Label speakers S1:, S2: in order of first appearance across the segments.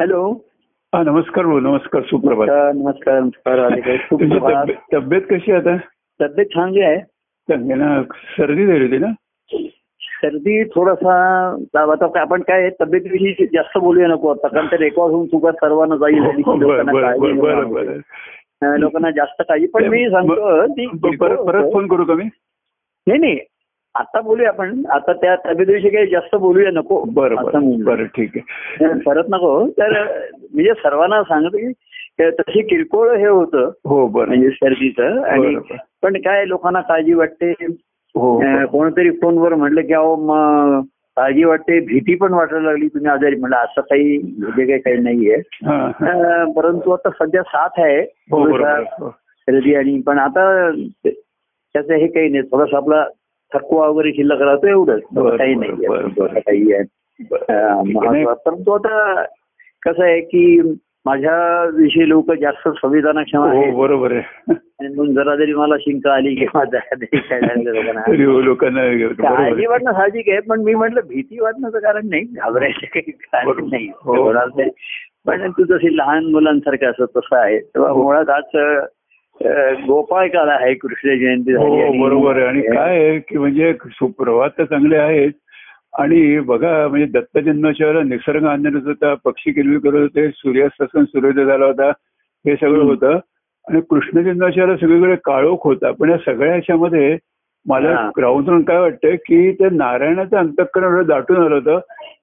S1: Hello
S2: हा नमस्कार भाऊ नमस्कार सुप्रभात
S1: नमस्कार नमस्कार नमस्कार आलेले. खूप
S2: तुझी
S1: आभार.
S2: तब्ये- तब्येत कशी आहे आता
S1: तब्येत चांगली आहे
S2: चांगली ना सर्दी झाली होती ना
S1: सर्दी थोडासा दाब- आता काय- आपण काय तब्येतीविषयी जास्त बोलूया नको आता कारण ते रेकॉर्ड होऊन चुका सर्वांना जाईल आणि
S2: हो, बरं
S1: लोकांना
S2: बरं
S1: काळजी
S2: बरं बरं
S1: निर्माण होईल. अं, लोकांना जास्त काळजी पण मी सांगतो ती
S2: बरं
S1: हो,
S2: परत परत फोन करू का मी
S1: नाही नाही आता बोलूया आपण आता त्या तब्येतीविषयी काही जास्त बोलूया नको
S2: बरं
S1: असं
S2: बरं
S1: म्हणलं.
S2: बरं ठीक आहे
S1: नाही, परत नको तर म्हणजे सर्वांना सांगतो की ते तशी किरकोळ हे होतं
S2: हो बरं
S1: म्हणजे सर्दीचं आणि
S2: बरं, बरं.
S1: पण काय लोकांना काळजी वाटते
S2: हो
S1: अं, कोणतरी फोनवर म्हटलं की अहो मग काळजी वाटते भीती पण वाटायला लागली तुम्ही आजारी म्हणलं असं काही म्हणजे काही काही नाहीये
S2: हा, हा.
S1: अं, परंतु आता सध्या साथ आहे
S2: हो बरोबर
S1: थोडासा
S2: हो.
S1: सर्दी आणि पण आता ते- त्याचं हे काही नाही थोडासा आपला थकवा वगैरे शिल्लक राहतो एवढंच
S2: बरं,
S1: काही
S2: बरं,
S1: नाहीये.
S2: बरं, बरं.
S1: काही आहे अं,
S2: ठीक आहे. नाही,
S1: महत्त्वाचं. परंतु आता कसं आहे की माझ्याविषयी लोक जास्त संविधानाक्षम
S2: हो
S1: आहेत
S2: बरोबर आहे
S1: आणि म्हणून जरा जरी मला शिंका आली किंवा जरा जरी काय झालं लोकांना
S2: तरी हो, लोकांना बरोबर
S1: काळजी
S2: आहे.
S1: वाटणं साहजिक आहे पण मी म्हटलं भीती वाटण्याचं कारण नाही घाबरायचं काही कारण
S2: बरोबर.
S1: नाही
S2: हो.
S1: ते होणार नाही. पण तू जशी लहान मुलांसारखं असं तसं आहे तेव्हा
S2: हो.
S1: मुळात आज अं, गोपाळ काल आहे कृष्ण जयंती झाली
S2: हो
S1: आणि-
S2: बरोबर आहे आणि काय आहे की म्हणजे सुप्रभात तर चांगले आहेत आणि बघा म्हणजे दत्त जन्माच्या वेळेला निसर्ग आनंद होता पक्षी किलवी करत होते सूर्यास्तासन सूर्योदय झाला होता हे सगळं
S1: हम्म.
S2: होतं आणि कृष्ण जन्माच्या वेळेला सगळीकडे काळोख होता पण या सगळ्या ह्याच्यामध्ये मला
S1: हा.
S2: राहून काय वाटतं की त्या नारायणाचं अंतःकरण एवढं दाटून आलं होतं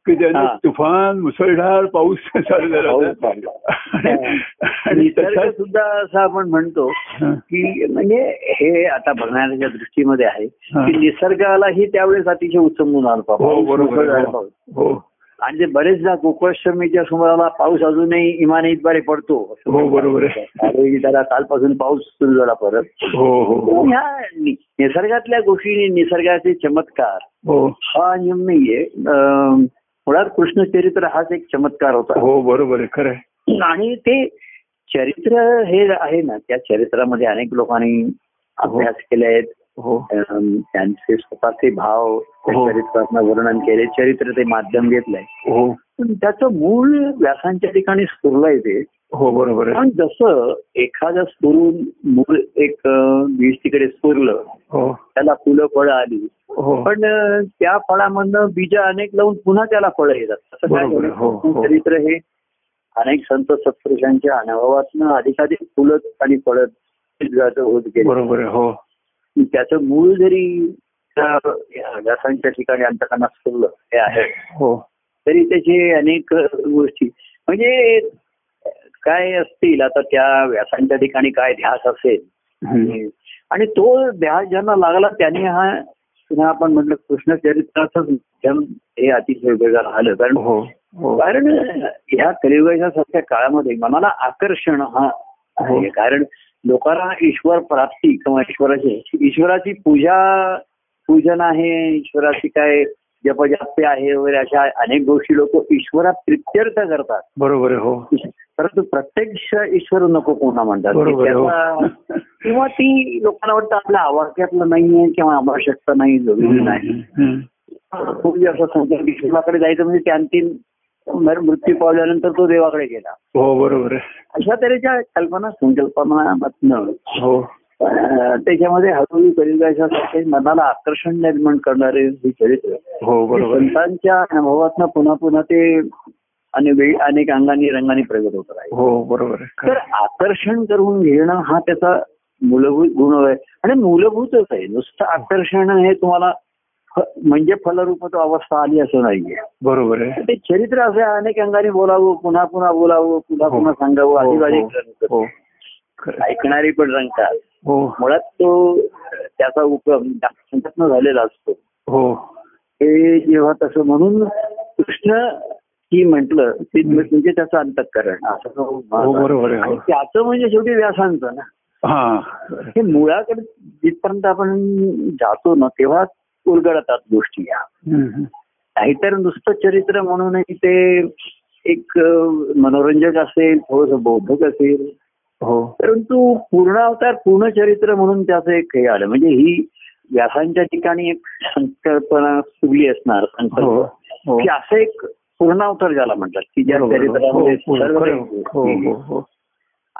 S2: की त्याने
S1: हा.
S2: तुफान मुसळधार पाऊस चालू झाला
S1: हो,
S2: होता
S1: चालला.
S2: आणि- आणि
S1: निसर्ग
S2: तसाच
S1: सुद्धा असं आपण म्हणतो
S2: हा.
S1: की म्हणजे हे आता बघणाऱ्याच्या दृष्टीमध्ये आहे
S2: हा.
S1: की निसर्गालाही त्यावेळेस अतिशय उत्समून आला पाऊस
S2: हो बरोबर
S1: मुसळधार
S2: आहे.
S1: पाऊस.
S2: हो हो.
S1: आणि ते बरेचदा गोकुळाष्टमीच्या सुमाराला पाऊस अजूनही इमान इतबारे पडतो
S2: हो, बरोबर आहे.
S1: त्यावेळी त्याला कालपासून पाऊस सुरू झाला परत
S2: हो हो
S1: तर
S2: हो
S1: ह्या नि- निसर्गातल्या गोष्टी निसर्गाचे चमत्कार
S2: हो
S1: हा नियम नाहीये अं, मुळात कृष्णचरित्र हाच एक चमत्कार होता
S2: हो बरोबर आहे खरं आहे
S1: आणि ते चरित्र हे आहे ना त्या चरित्रामध्ये अनेक लोकांनी अभ्यास केले आहेत
S2: हो
S1: अं, त्यांचे स्वतःचे भाव त्या
S2: हो.
S1: चरित्रातनं वर्णन केले चरित्र ते माध्यम घेतलंय
S2: हो
S1: पण त्याचं मूळ व्यासांच्या ठिकाणी स्फुरला येते
S2: हो बरोबर आहे
S1: पण जसं एखादं स्फुरून मूळ एक अं, बीज तिकडे स्फुरलं
S2: हो
S1: त्याला फुलं फळं आली
S2: हो
S1: पण अं, त्या फळामधनं बीज अनेक लावून पुन्हा त्याला फळं येतात असं काय
S2: बरोबर, हो,
S1: होतं?
S2: हो.
S1: चरित्र हे अनेक संत सत्पुरुषांच्या अनुभवातनं अधिकाधिक फुलं आणि फळं जातं होत गेले
S2: बरोबर आहे हो
S1: त्याचं मूळ जरी त्या व्यासांच्या ठिकाणी अंतकांना स्फुरलं हे आहे
S2: हो
S1: तरी त्याचे अनेक गोष्टी म्हणजे काय असतील आता त्या व्यासांच्या ठिकाणी काय ध्यास असेल
S2: हम्म.
S1: आणि तो ध्यास ज्यांना लागला त्यांनी हा पुन्हा आपण म्हटलं कृष्ण चरित्राचं माध्यम हे अतिशय वेगळं राहिलं कारण
S2: हो हो
S1: कारण ह्या कलियुगाच्या सारख्या काळामध्ये मनाला आकर्षण हा
S2: हो.
S1: आहे कारण लोकांना ईश्वर प्राप्ती किंवा ईश्वराची ईश्वराची पूजा पूजन आहे ईश्वराची काय जपजाप्य आहे वगैरे अशा अनेक गोष्टी लोक ईश्वरा प्रित्यर्थ करतात
S2: बरोबर आहे हो
S1: परंतु प्रत्यक्ष ईश्वर नको कोणा म्हणतात
S2: बरोबर आहे
S1: त्याचा-
S2: हो
S1: किंवा ती लोकांना वाटतं आपल्या आवाक्यातलं नाहीये किंवा आवश्यकता नाही जरुरी नाही
S2: हम्म.
S1: खूप जास्त संकल्प ईश्वराकडे जायचं म्हणजे त्यांतील मर- मृत्यू पावल्यानंतर तो देवाकडे गेला
S2: हो बरोबर आहे
S1: अशा तऱ्हेच्या कल्पना संकल्पनामधनं
S2: हो
S1: अं, त्याच्यामध्ये हळूहळू कलियुगाच्या सारखे मनाला आकर्षण निर्माण करणारे हे चरित्र
S2: हो बरोबर आहे.
S1: संतांच्या अनुभवातनं पुन्हा पुन्हा ते आणि वेग- अनेक अंगांनी रंगाने प्रगट होत राहील
S2: हो बरोबर आहे
S1: तर
S2: खरं आहे.
S1: आकर्षण करून घेणं हा त्याचा मूलभूत गुण आहे आणि मूलभूतच आहे नुसतं आकर्षण हे तुम्हाला फ- म्हणजे फलरूपात अवस्था आली असं नाहीये
S2: बरोबर आहे
S1: ते चरित्र असे अनेक अंगाने बोलावं पुन्हा पुन्हा बोलावं पुन्हा
S2: हो.
S1: पुन्हा सांगावं
S2: हो,
S1: अधिक
S2: हो,
S1: अधिक रंगतं.
S2: हो खरं आहे.
S1: ऐकणारे पण रंगतात
S2: हो
S1: मुळात तो त्याचा उपक्रम संघटन झालेला असतो
S2: हो
S1: हे जेव्हा तसं म्हणून कृष्ण ही म्हटलं ते म्हणजे त्याचं अंतकरण असं तो
S2: हो
S1: म्हणतो.
S2: बरोबर आहे
S1: आणि
S2: हो
S1: त्याचं म्हणजे शेवटी व्यासांचं ना
S2: हा
S1: हे मुळाकडे जिथपर्यंत आपण जातो ना तेव्हा उलगडतात गोष्टी या
S2: हम्म.
S1: नाहीतर नुसतं चरित्र म्हणूनही ते एक अं, मनोरंजक असेल थोडस बौद्धिक असेल
S2: हो
S1: परंतु पूर्ण अवतार पूर्ण चरित्र म्हणून त्याचं एक हे आलं म्हणजे ही व्यासांच्या ठिकाणी एक संकल्पना सुरली असणार
S2: हो
S1: संकल्प
S2: हो
S1: की असं एक पूर्णावतार ज्याला म्हणतात की ज्या
S2: बरोबर. हो,
S1: चरित्रामध्ये
S2: हो,
S1: सर्व
S2: खरं.
S1: काही-
S2: हो, हो, हो.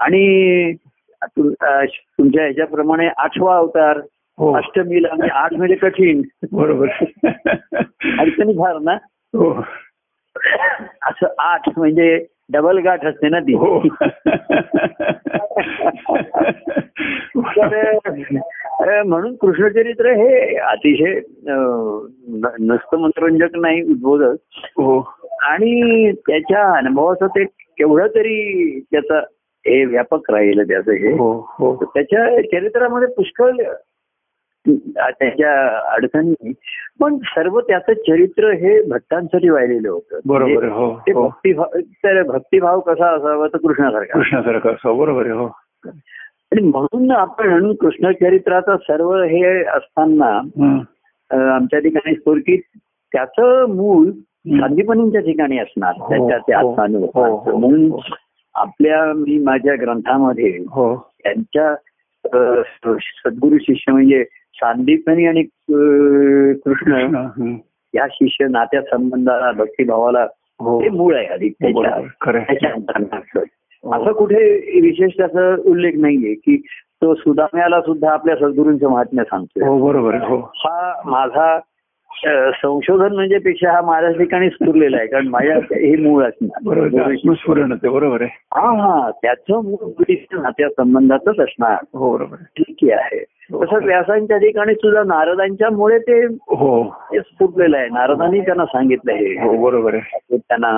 S1: आणि तु- अ, श- तुमच्या ह्याच्याप्रमाणे आठवा अवतार
S2: हो.
S1: अष्टमीला म्हणजे आठ म्हणजे कठीण
S2: बरोबर
S1: अडचणी फार ना
S2: हो
S1: असं आठ म्हणजे डबल गाठ असते ना ती
S2: हो हो.
S1: तर अ, म्हणून कृष्णचरित्र हे अतिशय अ, न- नुसतं मनोरंजक नाही उद्बोधक
S2: हो
S1: आणि त्याच्या अनुभवाचं ते केवढं तरी त्याचा हे व्यापक राहील त्याचं हे
S2: हो हो
S1: त्याच्या चरित्रामध्ये पुष्कळ अ, त्याच्या अडचणी पण सर्व त्याचं चरित्र हे भक्तांसाठी वाहिलेलं होतं
S2: बरोबर
S1: म्हणजे
S2: हो
S1: ते
S2: हो
S1: भक्तिभाव तर भक्तिभाव कसा असावा तर कृष्णासारखा
S2: कृष्णासारखा असो बरोबर आहे हो
S1: आणि म्हणून आपण कृष्णचरित्राचा सर्व हे असताना
S2: हं.
S1: अ, आमच्या ठिकाणी स्फुर्तीत त्याचं मूळ
S2: हं.
S1: गांधीपणींच्या ठिकाणी असणार
S2: हो,
S1: त्याच्या त्या
S2: हो, हो,
S1: आत्मानुभवाचं
S2: हो,
S1: म्हणून
S2: हो.
S1: आपल्या मी माझ्या ग्रंथामध्ये
S2: हो
S1: त्यांच्या अ, सद्गुरू शिष्य म्हणजे सांदीपनी आणि अ, कृष्ण
S2: कृष्ण हं.
S1: या शिष्य नात्या संबंधाला भक्तिभावाला
S2: हो
S1: ते मूळ आहे अधिक त्याच्या
S2: बरोबर खरं आहे.
S1: त्याच्या अंतर्भागाचं.
S2: हो.
S1: असं कुठे विशेष त्याचा उल्लेख नाहीये की तो सुदाम्याला सुद्धा आपल्या सद्गुरूंचं महात्म्य सांगतोय
S2: हो बरोबर आहे. हो
S1: हा माझा अ, संशोधन म्हणजे पेक्षा हा माझ्या ठिकाणी स्फुरलेला आहे कारण माझ्या हे मूळ
S2: बरोबर
S1: असणार
S2: आहे. आत्मस्फुरण होते बरोबर आहे
S1: हा हा त्याचं मूळ बुद्धिस्ट नात्या संबंधातच असणार
S2: हो बरोबर आहे.
S1: ठीक आहे तसंच व्यासांच्या ठिकाणी सुद्धा नारदांच्या मुळे ते
S2: हो
S1: ते स्फुरलेलं आहे नारदांनी त्यांना सांगितलं हे
S2: हो बरोबर आहे
S1: ते त्यांना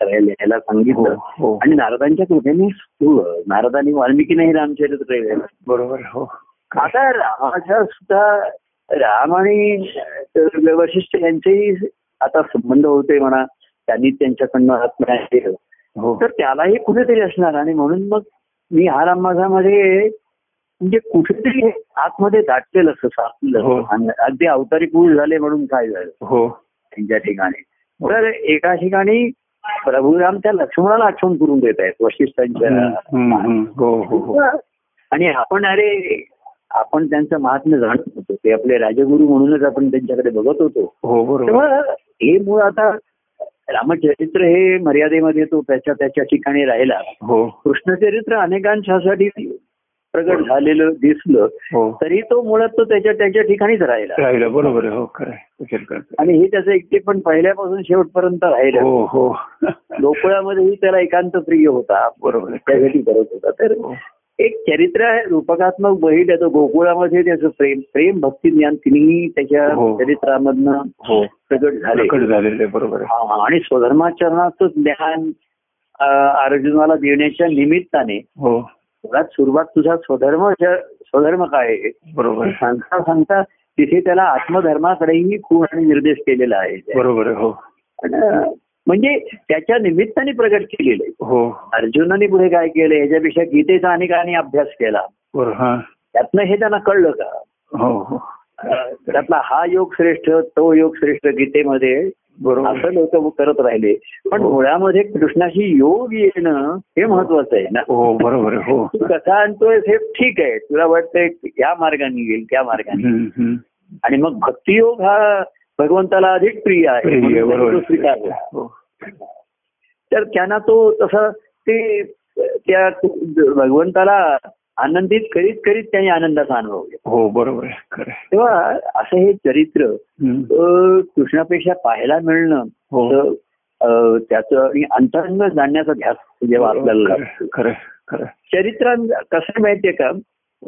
S1: करायला लिहायला
S2: हो
S1: सांगितलं
S2: हो
S1: आणि नारदांच्या कृपेने सुरू. नारदांनी वाल्मिकीने हे रामचरित्र लिहिलं.
S2: बरोबर आहे. हो
S1: आता रामाच्या सुद्धा राम आणि अं, वशिष्ठ यांचेही आता संबंध होते म्हणा त्यांनी त्यांच्याकडनं आत्म्या केलं
S2: हो
S1: तर त्यालाही कुठेतरी असणार आणि म्हणून मग मी हा राम माझामध्ये म्हणजे कुठेतरी आतमध्ये दाटलेलं असं
S2: हो.
S1: साचलेलं असं. अगदी अवतारी पुरुष झाले म्हणून काय झालं
S2: हो
S1: त्यांच्या ठिकाणी तर एका ठिकाणी प्रभुराम त्या लक्ष्मणाला आठवण करून देत आहेत
S2: हं,
S1: वशिष्ठांच्या
S2: हं, हं. हो हो हो
S1: आणि आपण अरे आपण त्यांचं महात्म्य जाणत होतो ते आपले राजगुरू म्हणूनच आपण त्यांच्याकडे बघत होतो
S2: हो बरोबर
S1: तेव्हा हे मूळ आता रामचरित्र हे मर्यादेमध्ये येतो त्याच्या त्याच्या ठिकाणी राहिला
S2: हो
S1: कृष्णचरित्र अनेकांसाठी प्रगट झालेलं दिसलं
S2: हो
S1: तरी तो मुळात तो त्याच्या त्याच्या ठिकाणीच राहिला
S2: राहिलं बरोबर आहे हो खरं आहे. विचार करतो
S1: आणि हे त्याचं एकटे पण पहिल्यापासून शेवटपर्यंत राहिलं
S2: हो हो
S1: गोकुळामध्येही त्याला एकांत प्रिय होता
S2: बरोबर आहे.
S1: त्यासाठी करत होता तर
S2: हो.
S1: एक चरित्र आहे, रूपकात्मक बहीण त्याचं गोकुळामध्ये त्याचं प्रेम प्रेम भक्ती ज्ञान तिन्ही त्याच्या
S2: हो.
S1: चरित्रामधनं
S2: हो
S1: प्रगट झाले
S2: प्रकट झालेलं आहे बरोबर आहे.
S1: हा, आणि स्वधर्माचरणाचं ज्ञान अ, अर्जुनाला देण्याच्या निमित्ताने
S2: हो
S1: मुळात सुरुवात तुझा स्वधर्म ज- स्वधर्म काय आहे?
S2: बरोबर आहे.
S1: सांगता सांगता तिथे त्याला आत्मधर्माकडेही खूप आणि निर्देश केलेला आहे
S2: बरोबर आहे. हो
S1: पण, अ, म्हणजे त्याच्या निमित्ताने प्रगट केलेलं आहे
S2: हो
S1: अर्जुनाने पुढे काय केलं याच्यापेक्षा गीतेचा अनेकांनी अभ्यास केला
S2: बरोबर हा
S1: त्यातनं हे त्यांना कळलं का
S2: हो हो
S1: अं, त्यातला हा योग श्रेष्ठ तो योग श्रेष्ठ गीतेमध्ये
S2: बरोबर
S1: असं
S2: आहे.
S1: लोक करत राहिले पण
S2: हो.
S1: मुळामध्ये कृष्णाशी योग येणं हे महत्वाचं आहे ना
S2: हो बरोबर आहे. हो
S1: तू कसा आणतोय हे ठीक आहे तुला वाटतंय या मार्गाने येईल त्या मार्गाने
S2: हं, हं.
S1: आणि मग भक्तियोग हा भगवंताला अधिक प्रिय आहे
S2: प्रिय,
S1: म्हणून
S2: बरोबर
S1: त्यांनी तो
S2: आहे.
S1: स्वीकारला
S2: हो
S1: तर त्यांना तो तसा ते त्या भगवंताला आनंदित करीत करीत त्यांनी आनंदाचा अनुभव घेतला
S2: हो बरोबर आहे खरं आहे.
S1: तेव्हा असं हे चरित्र
S2: हं.
S1: अ, कृष्णापेक्षा पाहायला मिळणं
S2: हो
S1: तर, अ, त्याचं आणि अंतरंग जाणण्याचा ध्यास जेव्हा आपल्याला
S2: खरं
S1: लागतो.
S2: आहे. खरं आहे. खरं आहे.
S1: चरित्रां कसं माहितीये का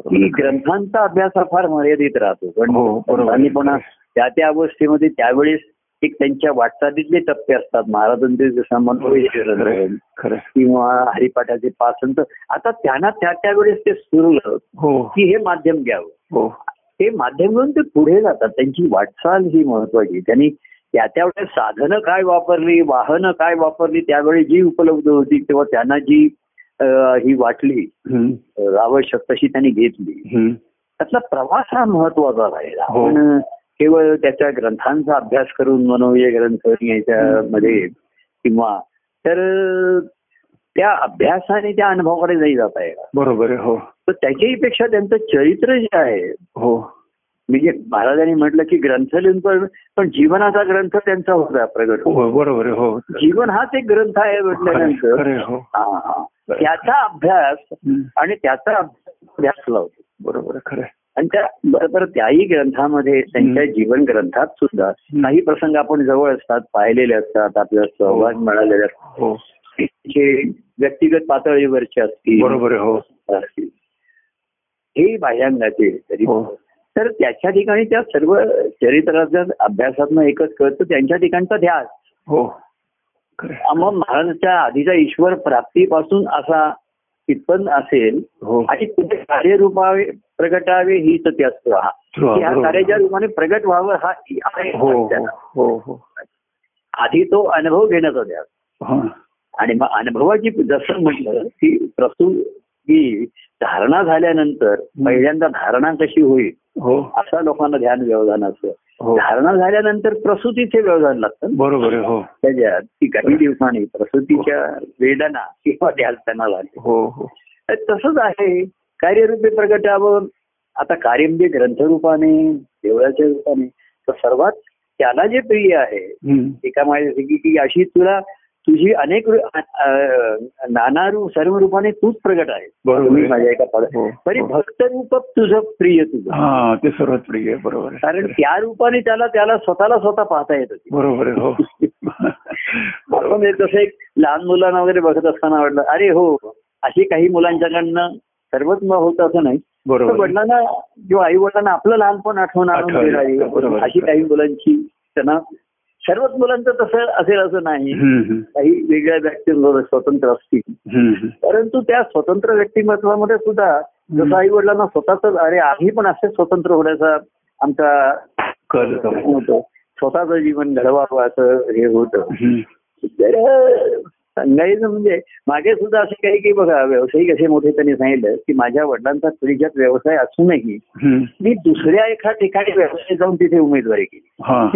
S1: की ग्रंथांचा अभ्यास हा फार मर्यादित राहतो पण
S2: हो, बरोबर.
S1: ग्रंथांनी पण त्या त्या अवस्थेमध्ये त्यावेळेस एक त्यांच्या वाटचालीतले टप्पे असतात महाराजांचे जसं
S2: खरं आहे.
S1: मनोविश्वरण
S2: खरं आहे.
S1: किंवा हरिपाठाचे पाच संत आता त्यांना त्या त्यावेळेस ते सुरू
S2: हो
S1: की हे माध्यम घ्यावं
S2: हो
S1: ते माध्यम घेऊन ते पुढे जातात त्यांची वाटचाल ही महत्वाची त्यांनी त्या त्यावेळेस साधनं काय वापरली वाहनं काय वापरली त्यावेळी जी उपलब्ध होती तेव्हा त्यांना जी अ, ही वाटली
S2: हं.
S1: अ, आवश्यक तशी त्यांनी घेतली
S2: हं.
S1: त्यातला प्रवास हा महत्वाचा राहील
S2: हो.
S1: आपण केवळ त्याच्या ग्रंथांचा अभ्यास करून मनोय ग्रंथ याच्यामध्ये किंवा तर अ, त्या अभ्यासाने त्या अनुभवाकडे नाही जाता येणार
S2: बरोबर आहे. हो
S1: तर त्याच्याही पेक्षा त्यांचं चरित्र जे आहे
S2: हो
S1: म्हणजे महाराजांनी म्हटलं की ग्रंथ लिहून पण पण जीवनाचा ग्रंथ त्यांचा होता प्रगट होऊन.
S2: हो, बरोबर आहे, हो
S1: जीवन हाच एक ग्रंथ आहे म्हटल्यानंतर
S2: खरे हो
S1: हा, हा. त्याचा अभ्यास
S2: हम्म.
S1: आणि त्याचा अभ्यास लावतो
S2: बरोबर आहे, खरं आहे.
S1: आणि त्या बरोबर त्याही ग्रंथामध्ये त्यांच्या
S2: हम्म.
S1: जीवन ग्रंथात सुद्धा काही प्रसंग आपण जवळ असतात पाहिलेले असतात आपल्याला सहभाग मिळालेले असतात
S2: हो
S1: जे व्यक्तिगत पातळीवरचे असतील
S2: बरोबर आहे, हो
S1: असतील. हे बाह्यांगाचे तरी
S2: हो
S1: तर त्याच्या ठिकाणी त्या सर्व चरित्राच्या अभ्यासातनं एकच कळतं त्यांच्या ठिकाणचा ध्यास
S2: हो खरं आहे.
S1: मग महाराजांच्या आधीचा ईश्वर प्राप्तीपासून असा उत्पन्न असेल
S2: हो
S1: आणि तुझे कार्यरूपावे प्रगटावे हीच त्याच राहा
S2: True,
S1: ह्या
S2: बरोबर.
S1: कार्याच्या रूपाने प्रगट व्हावं हा आहे
S2: हो
S1: त्याला.
S2: हो हो
S1: आधी तो अनुभव घेण्याचा द्या
S2: हा.
S1: आणि मग अनुभवाची जसं म्हटलं की प्रसूती धारणा झाल्यानंतर पहिल्यांदा धारणा कशी होईल
S2: हो
S1: असा लोकांना ध्यान व्यवधान असतं
S2: हो
S1: धारणा झाल्यानंतर प्रसूतीचे व्यवधान लागतं ना.
S2: बरोबर आहे, हो
S1: त्याच्यात की काही दिवसांनी प्रसूतीच्या वेदना किंवा ध्यासताना लागते
S2: हो हो
S1: तर तसंच आहे कार्यरूपी प्रगटावर आता कार्य म्हणजे ग्रंथरूपाने देवळाच्या रूपाने तर सर्वात त्याला जे प्रिय आहे
S2: हम्म.
S1: एका माहिती की की अशी तुला तुझी अनेक रु- अ- अ- नाना रूप सर्व रूपाने तूच प्रगट आहे
S2: बरोबर.
S1: तुम्ही माझ्या एका पद
S2: हो.
S1: तरी भक्त रूप तुझं प्रिय तुझं
S2: हा ते सर्वात प्रिय आहे, बरोबर आहे.
S1: कारण त्या रूपाने त्याला त्याला स्वतःला स्वतः पाहता येत
S2: बरोबर आहे, हो
S1: आपण हे म्हणजे जसं एक लहान मुलांना वगैरे बघत असताना वाटलं अरे हो अशी काही मुलांच्याकडनं सर्वच मग होत असं नाही तर
S2: बरोबर आहे.
S1: वडिलांना किंवा आई वडिलांना आपलं लहानपण आठवण आणून
S2: आठवण
S1: देणारी
S2: येतं, बरोबर.
S1: अशी काही मुलांची त्यांना सर्वच मुलांचं तसं असेल असं नाही
S2: हम्म, हम्म.
S1: काही वेगळ्या व्यक्तींबरोबर स्वतंत्र असतील
S2: हम्म, हम्म.
S1: परंतु त्या स्वतंत्र व्यक्तिमत्वामध्ये सुद्धा जसं आई वडिलांना स्वतःच अरे आम्ही पण असे स्वतंत्र होण्याचा आमचा
S2: कळलं का?
S1: होतो स्वतःचं जीवन घडवावं असं हे होतं
S2: हम्म.
S1: तर सांगायचं म्हणजे मागे सुद्धा असे काही की बघा व्यावसायिक असे मोठे त्यांनी सांगितलं की माझ्या वडिलांचा तुझ्यात व्यवसाय असूनही
S2: हम्म.
S1: मी दुसऱ्या एका ठिकाणी व्यवसाय जाऊन तिथे उमेदवारी केली
S2: हा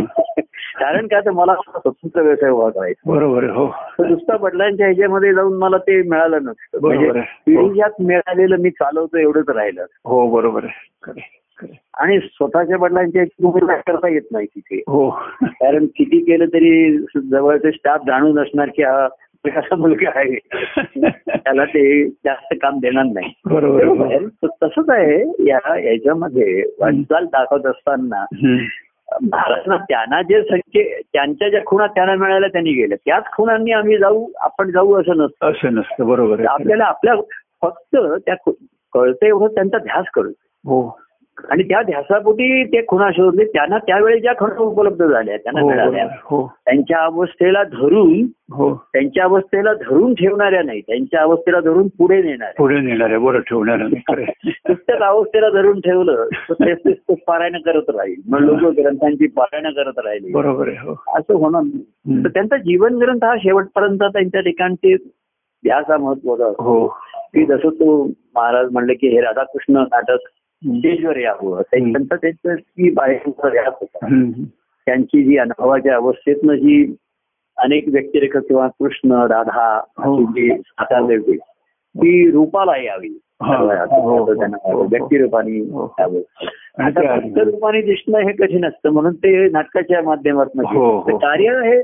S1: कारण का तर मला स्वतंत्र व्यवसाय उभा करायचा
S2: बरोबर आहे, हो
S1: तर नुसता वडिलांच्या ह्याच्यामध्ये जाऊन मला ते मिळालं नसतं
S2: बरोबर आहे.
S1: म्हणजे पिढीच्यात मिळालेलं मी चालवतो एवढंच राहिलं
S2: हो बरोबर आहे खरं आहे, खरं आहे.
S1: आणि स्वतःच्या वडिलांच्या ह्याची उमेदवारी करता येत नाही तिथे
S2: हो
S1: कारण किती केलं तरी जवळचे स्टाफ जाणून असणार की हा कसा मुलगा आहे त्याला ते जास्त काम देणार नाही
S2: बरोबर आहे,
S1: बरोबर
S2: हो.
S1: तर तसंच आहे या याच्यामध्ये वाटचाल दाखवत असताना
S2: हम्म.
S1: महाराजांना त्यांना जे संख्ये त्यांच्या ज्या खुणा त्यांना मिळाल्या त्यांनी गेल्या त्याच खुणांनी आम्ही जाऊ आपण जाऊ असं नसतं
S2: असं नसतं बरोबर
S1: तर
S2: आहे खरं आहे.
S1: आपल्याला आपल्या फक्त त्या खु- कळतं एवढं त्यांचा ध्यास कळतो
S2: हो
S1: आणि त्या ध्यासापोटी ते खुणा शोधले त्यांना त्यावेळी ज्या खुणा उपलब्ध झाल्या त्यांना
S2: हो
S1: मिळाल्या
S2: बरोबर. हो
S1: त्यांच्या अवस्थेला धरून
S2: हो
S1: त्यांच्या अवस्थेला धरून ठेवणाऱ्या नाही त्यांच्या अवस्थेला धरून पुढे नेणाऱ्या
S2: पुढे नेणार आहे बरं ठेवणार नाही खरं आहे.
S1: पुस्तक अवस्थेला धरून ठेवलं तर तेच पुस्तक पारायण करत राहील मग लोक ग्रंथांची पारायण करत राहिले
S2: बरोबर आहे हो
S1: असं होणार नाही
S2: हम्म.
S1: तर त्यांचा जीवन ग्रंथ हा शेवटपर्यंत त्यांच्या ठिकाणचे ध्यासा महत्वाचा असतो
S2: हो
S1: की जसं तो महाराज म्हणले की हे राधाकृष्ण नाटक स्टेजवर यावं ते-
S2: हम्म.
S1: त्यांचा त्याची बाहेरचा ध्यास होता
S2: हम्म.
S1: त्यांची जी अनुभवाच्या अवस्थेतनं जी अनेक व्यक्तिरेखा किंवा कृष्ण राधा
S2: हो.
S1: अशी जी हाताळली होती, ती रूपाला यावी
S2: हा. हो, हो, हो, हो.
S1: व्यक्तिरूपाने
S2: हो.
S1: यावं
S2: आणि
S1: आता
S2: ते
S1: फक्त रूपाने दिसणं हे कठीण असतं म्हणून ते नाटकाच्या माध्यमातून
S2: हो, हो.
S1: तर कार्य हे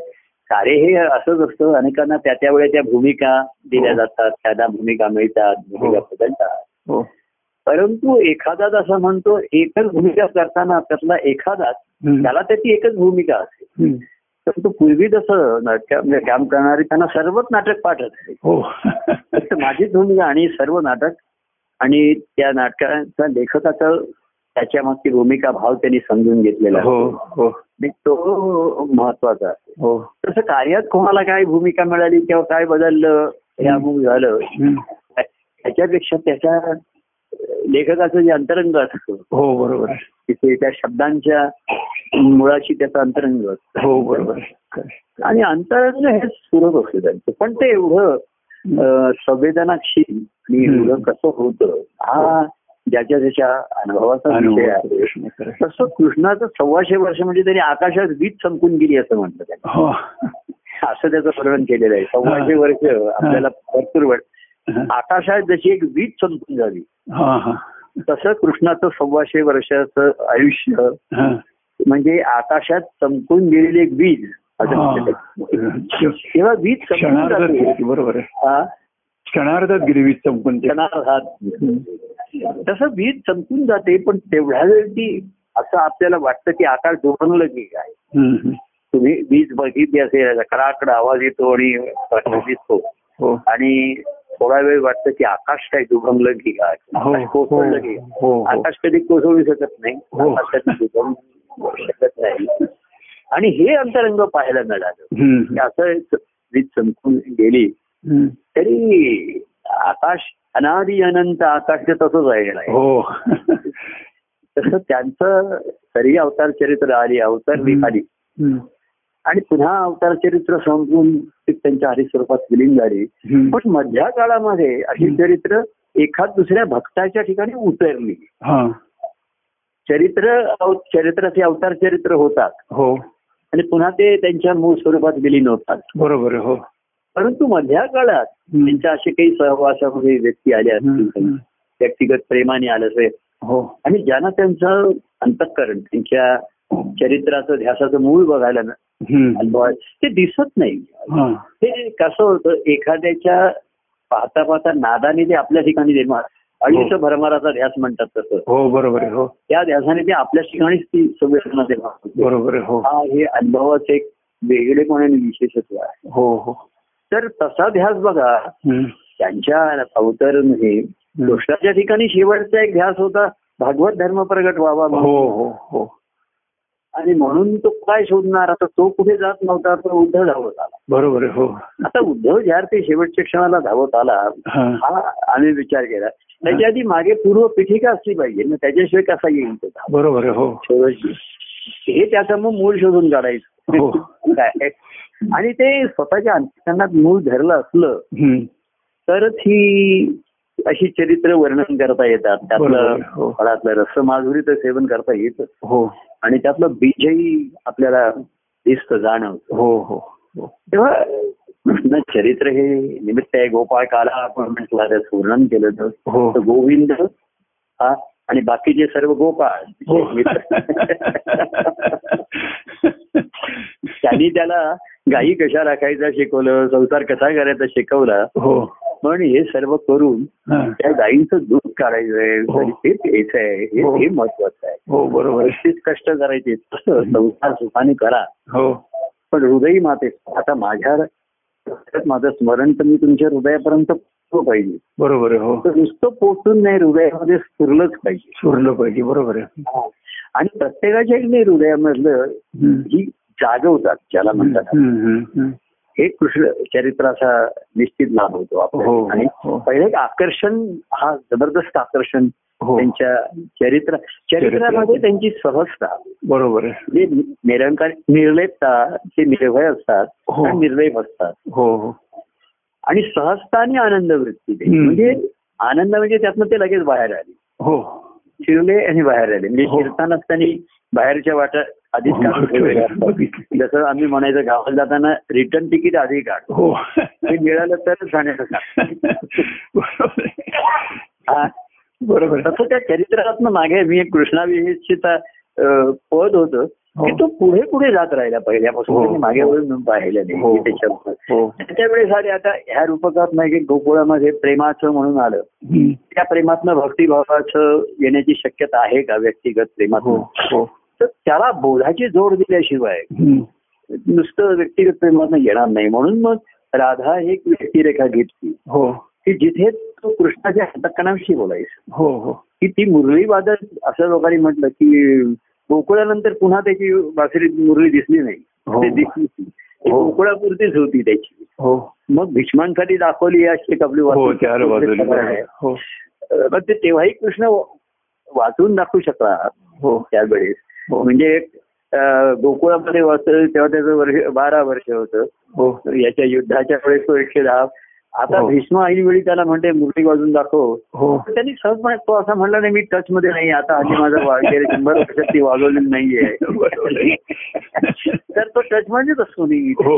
S1: कार्य हे असंच असतं अनेकांना त्या त्या वेळेच्या भूमिका दिल्या
S2: हो.
S1: जातात त्या भूमिका मिळतात भूमिका बदलतात
S2: हो
S1: परंतु एखादाच असं म्हणतो एकच भूमिका करताना त्यातला एखादाच
S2: हम्म.
S1: त्याला त्याची एकच भूमिका असते
S2: हम्म.
S1: परंतु पूर्वी जसं नाटका म्हणजे काम करणारे त्यांना सर्वच नाटक पाठत आहे
S2: हो
S1: फक्त माझीच भूमिका आणि सर्व नाटक आणि त्या नाटकाचा लेखकाचा त्याच्या मागची भूमिका भाव त्यांनी समजून घेतलेला
S2: हो
S1: असतो.
S2: हो
S1: आणि तो महत्वाचा असतो
S2: हो
S1: तसं कार्यात कोणाला काय भूमिका मिळाली किंवा काय बदललं हे अमुक झालं
S2: हम्म. हो,
S1: त्याच्यापेक्षा त्याच्या लेखकाचं जे अंतरंग असतं
S2: हो बरोबर आहे.
S1: तिथे त्या शब्दांच्या मुळाशी त्याचा अंतरंग असतं
S2: हो बरोबर आहे. खरं आहे.
S1: आणि अंतरंग हे सुलभ असतं त्यांचं पण ते एवढं अं, संवेदनाक्षील आणि
S2: हम्म. हो.
S1: एवढं कसं होतं हा ज्याच्या त्याच्या अनुभवाचा विषय
S2: अनुभव
S1: आहे
S2: कृष्ण खरं आहे.
S1: तसं कृष्णाचं सव्वाशे वर्ष म्हणजे त्यांनी आकाशात वीज संपून गेली असं म्हटलं त्यांनी
S2: हो
S1: असं त्याचं वर्णन केलेलं आहे सव्वाशे
S2: हा.
S1: वर्ष आपल्याला भरपूर वेळ
S2: हा.
S1: आकाशात जशी एक वीज संपून झाली
S2: हा हा
S1: तसं कृष्णाचं सव्वाशे वर्षाचं आयुष्य
S2: हा.
S1: म्हणजे आकाशात चमकून गेलेले एक बीज असं म्हणतात.
S2: हा.
S1: तेव्हा बीज चमकून
S2: क्षणार्धात
S1: जाते.
S2: गेली बरोबर आहे
S1: हा,
S2: क्षणार्धात गेली वीज चमकून ते.
S1: क्षणार्धात तसं बीज चमकून जाते पण तेवढ्या वेळ ती असं आपल्याला वाटतं की आकाश दुभंगलं की काय
S2: हम्म, हम्म.
S1: तुम्ही वीज बघितली असेल कडाकड आवाज येतो आणि प्रकाश दिसतो
S2: हो
S1: आणि थोडा वेळ वाटतं की आकाश काय दुभंगलं की काय
S2: हो,
S1: आकाश
S2: हो,
S1: कोसळलं की काय?
S2: हो, हो.
S1: आकाश कधी कोसळू शकत नाही
S2: हो.
S1: आकाश कधी दुभंगू शकत नाही आणि हे अंतरंग पाहायला मिळालं की
S2: हम्म,
S1: असं एक वीज चमकून गेली
S2: हम्म.
S1: तरी आकाश अनादि अनंत आकाश ते तसंच आहे
S2: हो
S1: तसं त्यांचं तरी अवतार चरित्र आली अवतार
S2: हम्म.
S1: आली
S2: हम्म,
S1: आणि पुन्हा अवतार चरित्र संपून ते त्यांच्या हरिस्वरूपात विलीन झाली
S2: हम्म.
S1: पण मधल्या काळामध्ये अशी
S2: हम्म.
S1: चरित्र एखाद दुसऱ्या भक्ताच्या ठिकाणी उतरली
S2: हा
S1: चरित्र अव- चरित्राचे अवतार चरित्र होतात
S2: हो
S1: आणि पुन्हा ते त्यांच्या मूळ स्वरूपात विलीन होतात
S2: बरोबर आहे, हो
S1: परंतु मधल्या काळात
S2: हम्म.
S1: त्यांच्या असे काही सहवासामध्ये व्यक्ती आल्या
S2: हम्म,
S1: असतील
S2: हम्म.
S1: व्यक्तिगत प्रेमाने आलं असेल
S2: हो
S1: आणि ज्यांना त्यांचं अंतःकरण त्यांच्या चरित्राचं ध्यासाचं मूळ बघायला न-
S2: हम्म.
S1: अनुभवायला ते दिसत नाही
S2: हा.
S1: ते कसं होतं एखाद्याच्या पाहता पाहता नादाने ते आपल्या ठिकाणी निर्माण अळीच
S2: हो.
S1: भरमाराचा ध्यास म्हणतात तसं
S2: हो बरोबर आहे, हो
S1: त्या ध्यासाने ते आपल्या ठिकाणीच ती संवेदना निर्माण होते.
S2: बरोबर आहे, हो
S1: हा हे अनुभवाचं एक वेगळेपण आणि विशेषत्व आहे
S2: हो हो
S1: तर तसा ध्यास बघा
S2: हम्म,
S1: त्यांच्या अवतरण हे
S2: हम्म.
S1: कृष्णाच्या ठिकाणी शेवटचा एक ध्यास होता भागवत धर्म प्रगट व्हावा
S2: हो
S1: म्हणून.
S2: हो हो
S1: आणि म्हणून तो काय शोधणार आता तो कुठे जात नव्हता तो उद्धव धावत आला
S2: बरोबर आहे, हो
S1: आता उद्धव ज्या ते शेवटच्या क्षणाला धावत आला
S2: हा
S1: हा आम्ही विचार केला त्याच्या आधी मागे पूर्व पीठिका असली पाहिजे ना त्याच्याशिवाय कसा येईल तो धाव?
S2: बरोबर आहे, हो
S1: शेवटची. हे त्याचं मग मूळ शोधून
S2: हो.
S1: काढायचं काय? आणि ते स्वतःच्या अंतकरणात मूळ धरलं असलं
S2: हम्म,
S1: तरच ही अशी चरित्र वर्णन करता येतात त्यातलं
S2: बरोबर, हो.
S1: फळातलं रसमाधुरीचं सेवन करता येतं
S2: हो
S1: आणि त्यातलं बीजही आपल्याला दिसतं जाणवतं
S2: हो हो हो
S1: तेव्हा कृष्ण चरित्र हे निमित्त आहे गोपाळ काला आपण म्हटलं त्याचं वर्णन केलं तर
S2: हो
S1: तर गोविंद हा आणि बाकीचे सर्व गोपाळ
S2: हो
S1: त्यांनी त्याला गायी कशा राखायचा शिकवलं संसार कसा करायचा शिकवला
S2: हो
S1: पण हे सर्व करून
S2: हा.
S1: त्या गायींचं दूध काढायचंय
S2: हो.
S1: तरी ते प्यायचं आहे
S2: हो.
S1: हे- हे महत्वाचं आहे
S2: हो बरोबर आहे,
S1: परिस्थित कष्ट करायचे संसार सुखाने करा
S2: हो
S1: पण हृदय माते आता माझ्या हृदयात माझं स्मरण तर मी तुमच्या हृदयापर्यंत पोचलो पाहिजे
S2: बरोबर आहे, हो
S1: तर नुसतं पोचून नाही हृदयामध्ये स्फुरलंच पाहिजे
S2: सुरलं पाहिजे बरोबर आहे
S1: आणि प्रत्येकाच्या इकडे हृदयामधलं
S2: हम्म.
S1: ही जागवतात ज्याला म्हणतात
S2: हम्म, हम्म, हम्म.
S1: हे कृष्ण चरित्राचा निश्चित लाभ होतो
S2: हो,
S1: आपण आणि
S2: हो.
S1: पहिलं एक आकर्षण हा जबरदस्त आकर्षण
S2: हो
S1: त्यांच्या चरित्र चरित्रामध्ये त्यांची सहजता
S2: बरोबर आहे
S1: जे निरंकार निर्लेपता ते निर्भय असतात
S2: हो.
S1: आणि निर्लेप असतात
S2: हो हो
S1: आणि सहजता आणि आनंद वृत्ती ते.
S2: हम्म.
S1: म्हणजे आनंद म्हणजे त्यातनं ते लगेच बाहेर आले
S2: हो
S1: शिरले आणि बाहेर आले म्हणजे
S2: हो.
S1: शिरतानाच त्यांनी बाहेरच्या वाटा आधीच काढून ठेवलेल्या असतात.
S2: बघितलं.
S1: जसं आम्ही म्हणायचं गावाला जाताना रिटर्न तिकीट आधी काढ
S2: हो
S1: ते मिळालं तरच जाण्याचं काम.
S2: बरोबर आहे.
S1: हा.
S2: बरोबर आहे.
S1: तसं त्या चरित्रात मागे मी एक कृष्णाविषयीचा अ, पद होतं की तो पुढे पुढे जात राहिला पहिल्यापासून
S2: हो.
S1: त्यांनी मागे वळून पाहिलं नाही
S2: हो.
S1: की त्याच्यावर
S2: हो
S1: त्याच्यावेळेस आले आता ह्या रूपकात नाही की गोकुळामध्ये प्रेमाचं म्हणून आलं
S2: हम्म.
S1: त्या प्रेमातनं भक्तिभावाचं येण्याची शक्यता आहे का व्यक्तिगत
S2: हो
S1: प्रेमातून
S2: हो
S1: तर त्याला बोधाची जोड दिल्याशिवाय
S2: हम्म.
S1: नुसतं व्यक्तिगत प्रेमातनं येणार नाही म्हणून मग राधा ही एक व्यक्तिरेखा घेतली
S2: हो
S1: की जिथे तो कृष्णाच्या हातकणांशी बोलायचं
S2: हो हो
S1: की ती मुरळी वादन असं लोकांनी म्हटलं की गोकुळानंतर पुन्हा त्याची बासरी मुरळी दिसली नाही
S2: हो.
S1: ते दिसली नाही. ती
S2: हो.
S1: गोकुळापुरतीच होती त्याची
S2: हो
S1: मग भीष्मांसाठी दाखवली अशी एक आपली
S2: हो
S1: वास्तविक
S2: चार बाजूला
S1: आहे.
S2: हो
S1: अं, मग ते तेव्हाही कृष्ण वाचून दाखवू शकला
S2: हो
S1: त्यावेळेस
S2: हो
S1: म्हणजे एक, अं, गोकुळामध्ये वाचलं तेव्हा त्याचं वर्ष बारा वर्ष होतं
S2: हो
S1: याच्या युद्धाच्या वेळेस तो एकशे दहा आता
S2: हो.
S1: भीष्म ऐनवेळी त्याला म्हणते मुरळी वाजून दाखव
S2: हो
S1: पण त्यांनी सहजपणे तो असं म्हणला नाही मी टच मध्ये नाही आहे. आता आधी माझा वा- गेले शंभर वर्षात ती वाजवलेली
S2: बरोबर
S1: नाहीये
S2: आहे.
S1: तर तो टच म्हणजेच असतो मी
S2: हो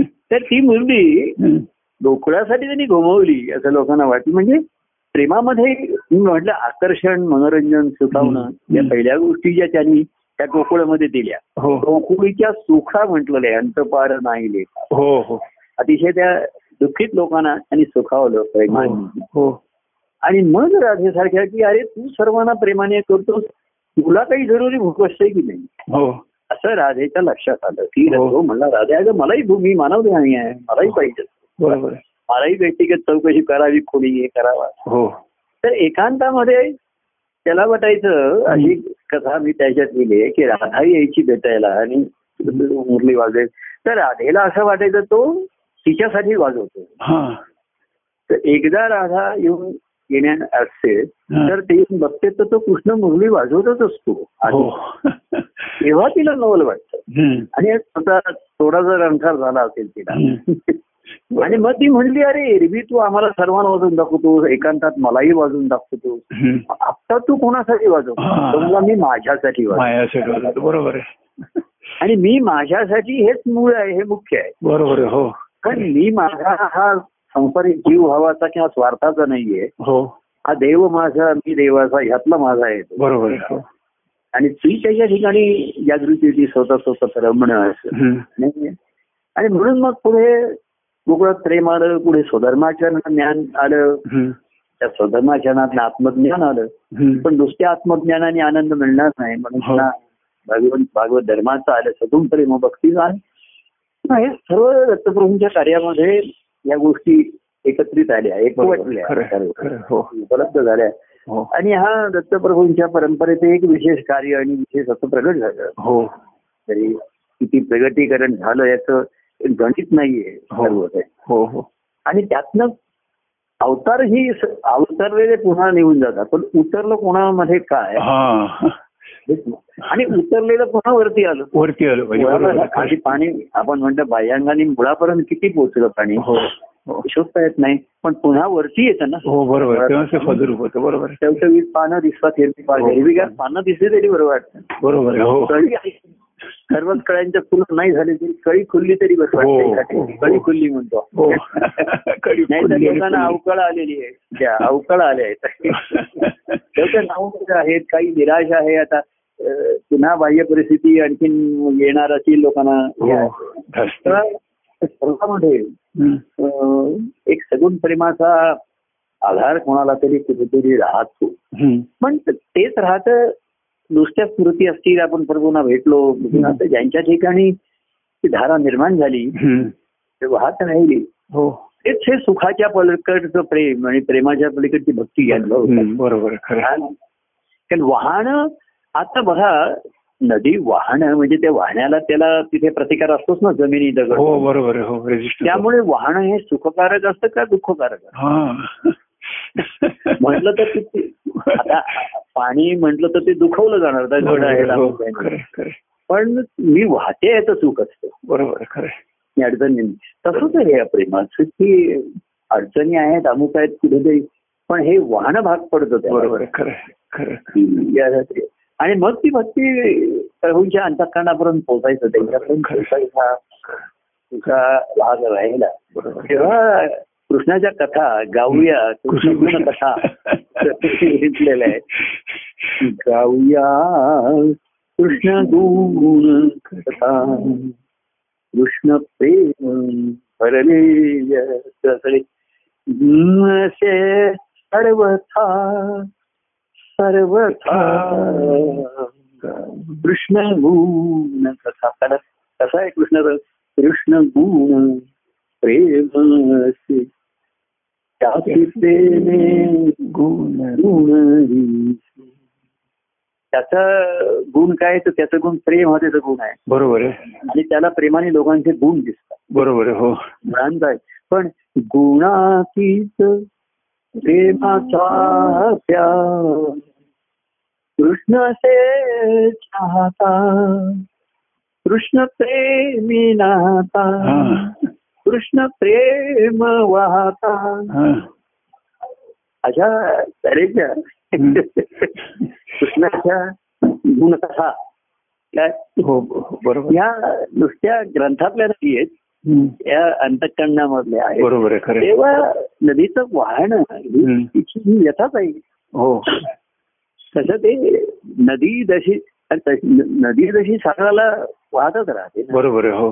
S1: तर ती मुलगी
S2: हम्म.
S1: गोकुळासाठी त्यांनी घुमवली असं लोकांना वाटलं म्हणजे प्रेमामध्ये मी म्हटलं आकर्षण मनोरंजन सुखावणं
S2: हम्म.
S1: या पहिल्या गोष्टी ज्या त्यांनी त्या गोकुळामध्ये दिल्या
S2: हो हो
S1: गोकुळीच्या सुखा म्हटलेलं आहे अंतपार नाही लेखा
S2: हो हो
S1: अतिशय त्या दुःखीत लोकांना त्यांनी सुखावलं प्रेमाने
S2: हो
S1: आणि मग राधेसारख्या की अरे तू सर्वांना प्रेमाने करतोस तुला काही जरुरी भूकष्ट की नाही
S2: हो
S1: असं राधेच्या लक्षात आलं की
S2: हो.
S1: हो मला राधे अगं मलाही भूमी मानव ध्यानी आहे मलाही पाहिजे
S2: बरोबर आहे.
S1: मलाही व्यक्तिगत चौकशी करावी कोणी हे करावा
S2: हो
S1: तर एकांतामध्ये त्याला वाटायचं अशी कथा मी त्याच्यात लिहिली आहे की राधा यायची भेटायला आणि मुरली वाजवेल तर राधेला असं वाटायचं तो तिच्यासाठी वाजवतो
S2: हा
S1: तर एकदा राधा येऊन येण्या असते
S2: हा.
S1: तर ते येऊन बघते तर तो कृष्ण मुरली वाजवतच असतो
S2: हो
S1: आणि तेव्हा तिला नवल वाटतं
S2: हम्म.
S1: आणि आता थोडा जर अंकार झाला असेल
S2: हम्म.
S1: तिला आणि मग ती म्हणली अरे एरवी तू आम्हाला सर्वांना वाजून दाखवतोस एकांतात मलाही वाजून दाखवतोस
S2: हम्म.
S1: आता तू कोणासाठी वाजवतो
S2: हा.
S1: तर म्हणला, मी माझ्यासाठी वाजव
S2: मायासाठी होतं. बरोबर आहे
S1: आणि मी माझ्यासाठी हेच मूळ आहे हे मुख्य आहे
S2: बरोबर आहे हो
S1: कारण मी माझा हा संसारिक जीव भावाचा किंवा स्वार्थाचा नाहीये
S2: हो
S1: हा देव माझा मी देवाचा ह्यातला माझा आहे तो.
S2: बरोबर आहे हो
S1: आणि ती त्याच्या ठिकाणी जागृती होती स्वतः स्वतः रमण असं
S2: हम्म.
S1: नाहीये. आणि म्हणून मग पुढे गोकुळात प्रेम आलं पुढे स्वधर्माचरण ज्ञान आलं
S2: हम्म.
S1: त्या स्वधर्माचरणात आत्मज्ञान आलं
S2: हम्म.
S1: पण नुसत्या आत्मज्ञानाने आनंद मिळणार नाही म्हणून
S2: हो.
S1: त्यांना भगवंत भागवत धर्माचं आलं सगुण प्रेम भक्तीचं आलं मग हे सर्व दत्तप्रभूंच्या कार्यामध्ये या गोष्टी एकत्रित आल्या
S2: बरोबर.
S1: एकवटल्या
S2: खरं आहे,
S1: सर्व.
S2: खरं आहे. हो
S1: उपलब्ध झाल्या
S2: हो
S1: आणि हा दत्तप्रभूंच्या परंपरेचं एक विशेष कार्य आणि विशेष असं प्रगट झालं
S2: हो
S1: तरी किती प्रगतीकरण झालं याचं गणित नाहीये
S2: हो.
S1: सर्व काही.
S2: हो हो
S1: आणि त्यातनं अवतार ही स- अवतरलेले पुन्हा निघून जातात पण उतरलं कोणामध्ये काय
S2: हा
S1: हेच नाही. आणि उतरलेलं पुन्हा वरती आलं
S2: वरती आलो पाहिजे बरोबर
S1: मुळापर्यंत
S2: आहे.
S1: आधी पाणी आपण म्हणतो बाह्यांगाने मुळापर्यंत किती पोहोचलं पाणी
S2: हो हो
S1: शोधता येत नाही पण पुन्हा वरती येतं ना
S2: हो बरोबर आहे. तेव्हा ते फजरूप होतं बरोबर आहे.
S1: टवटवीत पानं दिसतात हिरवी पानं
S2: हो.
S1: हिरवीगार पानं दिसली तरी बरं वाटतं
S2: बरोबर आहे हो
S1: कळी आहे. सर्वच कळ्यांच्या फुलं नाही झाली तरी कळी खुलली तरी बरं
S2: हो,
S1: वाटतं
S2: हो,
S1: एखादी.
S2: हो.
S1: कळी खुलली म्हणतो
S2: हो कळी
S1: नाही तर
S2: फुलली आणि
S1: लोकांना
S2: फुलली.
S1: अवकाळ आलेली आहे त्या अवकाळ आल्या आहेत लोक नाव आहेत काही निराश आहे आता अं, पुन्हा बाह्य परिस्थिती आणखीन येणार असेल लोकांना हे
S2: हो
S1: आहे.
S2: जास्त.
S1: तर सर्वांमध्ये
S2: हम्म.
S1: अं, एक सगुण प्रेमाचा आधार कोणाला तरी कुठेतरी राहतो
S2: हम्म.
S1: पण तेच राहतं नुसत्या स्मृती असतील आपण प्रभूंना भेटलो
S2: हम्म.
S1: आता ज्यांच्या ठिकाणी ती धारा निर्माण झाली
S2: हम्म.
S1: ते वाहत राहिली
S2: हो
S1: तेच हे सुखाच्या पलीकडचं प्रेम आणि प्रेमाच्या पलीकडची भक्ती घ्यायला होतं
S2: हम्म. बरोबर आहे. खरं आहे.
S1: कारण वाहन आता बघा नदी वाहन म्हणजे त्या वाहण्याला त्याला तिथे प्रतिकार असतोच ना जमिनी दगड
S2: हो बरोबर आहे. हो रेजिस्टर
S1: त्यामुळे वाहन हे सुखकारक असतं का दुःखकारक असतं?
S2: हा
S1: म्हटलं तर ते- आता पाणी म्हटलं तर ते दुखवलं जाणार दगड आहे
S2: हो,
S1: लांब
S2: खरं
S1: आहे.
S2: आहे, खरं आहे.
S1: पण मी वाहते याचं सुख असतं
S2: बरोबर आहे, खरं आहे.
S1: मी अडचणी तसंच आहे या प्रेमाचं की अडचणी आहेत अमुक आहेत कुठेतरी पण हे वाहन भाग पडतं त्याला.
S2: बरोबर आहे, खरं आहे, खरं आहे.
S1: या रात्री. आणि मग ती भक्ती प्रभूंच्या अंतःकरणापर्यंत पोहोचायचं त्यांच्यापर्यंत पोहोचायचा तुझा भाग राहिला
S2: बरोबर आहे.
S1: तेव्हा कृष्णाच्या कथा गाऊया कृष्ण गुण कथा घेतलेल्या आहे गाऊया कृष्ण गुण कथा कृष्ण प्रेम भरले सगळे गुण से सर्वथा सर्वथा कृष्ण गुण कथा कारण कसा आहे कृष्ण रस? कृष्ण गुण प्रेम से त्याची प्रेमे
S2: गुण
S1: गुण रीसे. त्याचा गुण काय तर त्याचा गुण प्रेम हा त्याचा गुण आहे
S2: बरोबर आहे
S1: आणि त्याला प्रेमाने लोकांचे गुण दिसतात
S2: बरोबर आहे हो
S1: गुणांचा आहे पण गुणातीत प्रेमाचा प्यार कृष्ण से चाहता कृष्ण प्रेमी नाता
S2: हा
S1: कृष्ण प्रेम वाहता
S2: हा
S1: अशा तऱ्हेच्या कृष्णाच्या गुणकथा या-
S2: हो हो, बरोबर
S1: या नुसत्या ग्रंथातल्या नाहीयेत
S2: हम्म.
S1: या अंतकरणामधले आहे
S2: बरोबर आहे खरं आहे.
S1: तेव्हा नदीचं वाहणं ही
S2: हम्म.
S1: तिची ही यथाच आहे
S2: हो
S1: तसं ते नदी जशी आणि तशी- न- नदी जशी सागराला वाहतच राहते ना.
S2: बरोबर आहे हो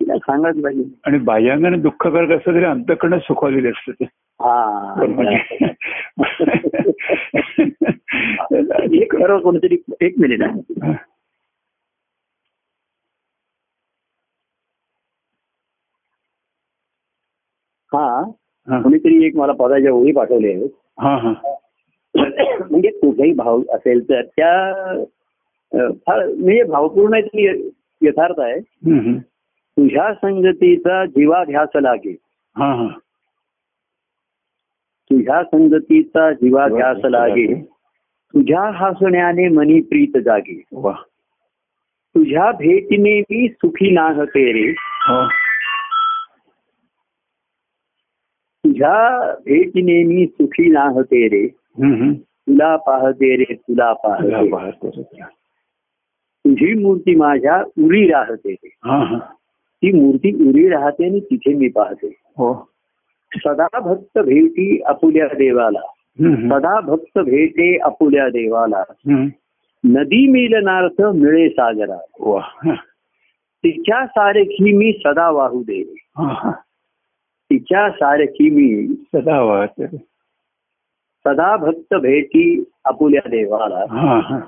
S1: तिला सांगायला पाहिजे
S2: आणि बाह्यांगाने दुःखकारक असलं तरी अंतकरण सुखवलेले असतं ते म्हणजे
S1: हा एक
S2: बरोबर
S1: खरं कोणतरी एक मिनिट हा. हा कोणीतरी एक मला पदाच्या ओळी पाठवल्या आहेत
S2: हा हा
S1: म्हणजे कुठेही भाव असेल तर त्या अं, फार म्हणजे भावपूर्ण आहे ती यथार्थ आहे
S2: हम्म, हम्म.
S1: तुझ्या संगतीचा जीवाध्यास लागे
S2: हा हा
S1: तुझ्या संगतीचा जीवाध्यास लागे तुझ्या हसण्याने मनी प्रीत जागे
S2: वा
S1: तुझ्या भेटीने मी सुखी नाह तेरे
S2: हो
S1: तुझ्या भेटीने मी सुखी नाह तेरे
S2: हम्म, हम्म.
S1: तुला पाहते रे तुला
S2: तुला
S1: पाहते
S2: पाहतो रे तुला.
S1: तुझी मूर्ती माझ्या उरी राहते रे.
S2: हा हा
S1: ती मूर्ती उरी राहते आणि तिथे मी पाहते
S2: हो
S1: सदा भक्त भेटी अपुल्या देवाला
S2: हम्म, हम्म.
S1: सदा भक्त भेटे अपुल्या देवाला
S2: हम्म.
S1: नदी मिलनार्थ मिळे सागरा
S2: वा हा,
S1: तिच्या सारखी मी सदा वाहू दे
S2: हा.
S1: तिच्या सारखी मी
S2: सदा वाहते रे.
S1: सदा भक्त भेटी अपुल्या देवाला
S2: हा हा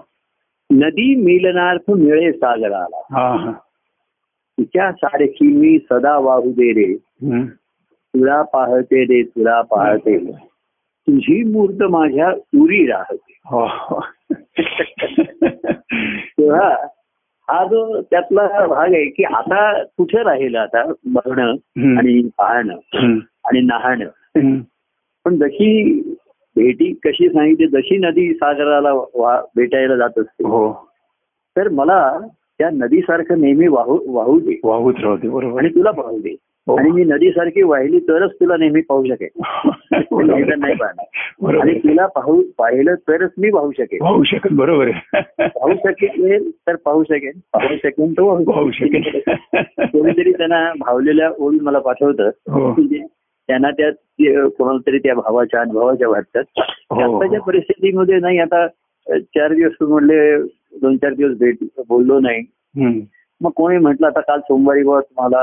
S1: नदी मिलनार्थ मिळे सागराला
S2: हा हा
S1: तिच्या सारखी मी सदा वाहू दे रे
S2: हम्म.
S1: तुला पाहते रे तुला पाहते तुझी मूर्त माझ्या उरी राहते
S2: हो हो.
S1: तेव्हा हा जो त्यातला भाग आहे की आता कुठे राहील आता बघणं
S2: हम्म.
S1: आणि पाहणं
S2: हम्म,
S1: आणि नाहणं
S2: हम्म.
S1: पण जशी भेटी कशी सांगितली जशी नदी सागराला वा- भेटायला जात असते
S2: हो
S1: तर मला त्या नदीसारखं नेहमी वाहू वाहू दे
S2: वाहूत राहते बरोबर
S1: आणि तुला पाहू दे
S2: हो.
S1: आणि मी नदीसारखी वाहिली तरच तुला नेहमी पाहू शकेल
S2: बरोबर आहे.
S1: नाहीतर नाही पाहणार
S2: बरोबर हो.
S1: आणि
S2: आहे.
S1: तुला पाहू पाहिलं तरच मी वाहू शकेल
S2: वाहू शकेल बरोबर आहे
S1: पाहू शकेल तर पाहू शकेल पाहू शकेल तो
S2: वाहू शकेल
S1: कोणीतरी त्यांना भावलेल्या ओळी मला पाठवतं
S2: हो
S1: म्हणजे त्यांना त्या ते- कोणाला तरी त्या भावाच्या अनुभवाच्या वाटतात
S2: हो.
S1: आताच्या परिस्थितीमध्ये नाही आता अ, चार दिवस तू म्हणले दोन चार दिवस भेट बोललो नाही
S2: हम्म.
S1: मग कोणी म्हटलं आता काल सोमवारी बस मला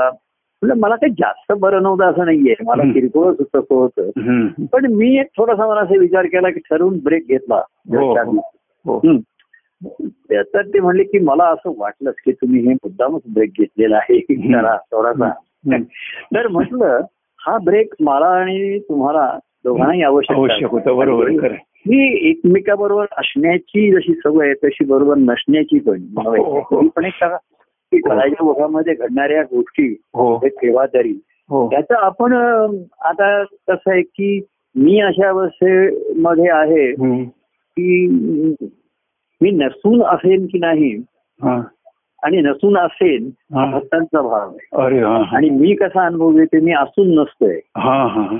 S1: म्हणजे मला काही जास्त बरं नव्हतं असं नाहीये मला
S2: हम्म.
S1: किरकोळच होतं असं होतं
S2: हम्म.
S1: पण मी एक थोडासा मला असा विचार केला की ठरवून ब्रेक घेतला
S2: हो,
S1: चार दिवस.
S2: हो
S1: हम्म. ते- तर ते म्हणले की मला असं वाटलंच की तुम्ही हे मुद्दामच ब्रेक घेतलेला आहे
S2: हम्म.
S1: जरा थोडासा
S2: हम्म.
S1: तर म्हटलं हा ब्रेक मला आणि तुम्हाला दोघांनाही आवश्यक आहे.
S2: आवश्यक होतं बरोबर आहे, खरं आहे.
S1: ही एकमेकाबरोबर असण्याची जशी सवय आहे तशी बरोबर नसण्याची पण सवय
S2: हो,
S1: आहे.
S2: हो.
S1: ही पण एक का- की घराच्या ओघामध्ये घडणाऱ्या गोष्टी
S2: हो
S1: हे केव्हा तरी
S2: हो
S1: त्याचं आपण अं, आता कसं आहे की मी अशा अवस्थेमध्ये आहे
S2: हम्म.
S1: की मी नसून असेन की नाही
S2: हा.
S1: आणि नसून असेन
S2: हा.
S1: भक्तांचा भाव आहे
S2: अरे हा हा.
S1: आणि मी कसा अनुभव घेते मी असून नसतोय
S2: हा हा हा.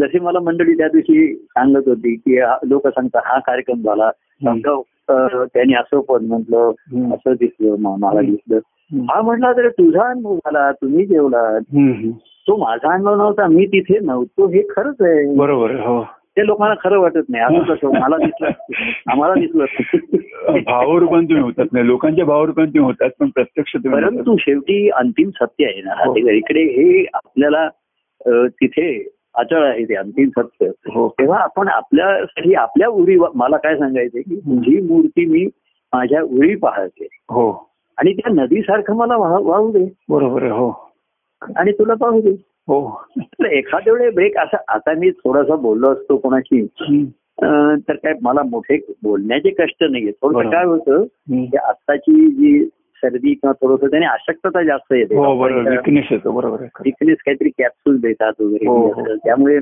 S1: जसे मला मंडळी त्या दिवशी सांगत होती की लोक सांगतात हा कार्यक्रम झाला समजा, अं, त्यांनी असं पद म्हटलं
S2: हम्म.
S1: असं दिसलं म- मला
S2: हम्म.
S1: दिसलं
S2: हम्म.
S1: हा म्हटला तर तुझा अनुभव झाला तुम्ही जेवला
S2: हम्म, हम्म.
S1: तो माझा अनुभव नव्हता मी तिथे नव्हतो हे खरंच आहे
S2: बरोबर आहे, हो
S1: ते लोकांना खरं वाटत नाही असं कसं मला दिसलं आम्हाला दिसलं
S2: भावारूपान तुम्ही होतात नाही लोकांच्या भावारूपान तुम्ही होतात पण प्रत्यक्ष तुम्ही होतात.
S1: परंतु शेवटी अंतिम सत्य आहे ना
S2: हो.
S1: ते इकडे हे आपल्याला अ, तिथे अचळ आहे ते अंतिम सत्य
S2: हो
S1: तेव्हा आपण आपल्यासाठी आपल्या उरी मला काय सांगायचं की तुझी मूर्ती मी माझ्या उरी पाहते
S2: हो
S1: आणि त्या नदीसारखं मला वाह- वाहू दे
S2: बरोबर आहे, हो
S1: आणि तुला पाहू दे
S2: हो
S1: तर एखाद्या वेळे ब्रेक असा आता मी थोडासा बोललो असतो कोणाशी
S2: हम्म.
S1: अ, तर काय मला मोठे बोलण्याचे कष्ट नाहीये थोडंसं
S2: बरोबर.
S1: काय होतं की
S2: हम्म.
S1: आत्ताची जी सर्दी किंवा थोडस त्याने अशक्तता जास्त येते
S2: हो बरोबर
S1: डॉक्टरांच्या-
S2: विकनेस येतो बरोबर आहे, खरं.
S1: तिकडेच काहीतरी कॅप्सूल देतात
S2: हो, हो.
S1: वगैरे त्यामुळे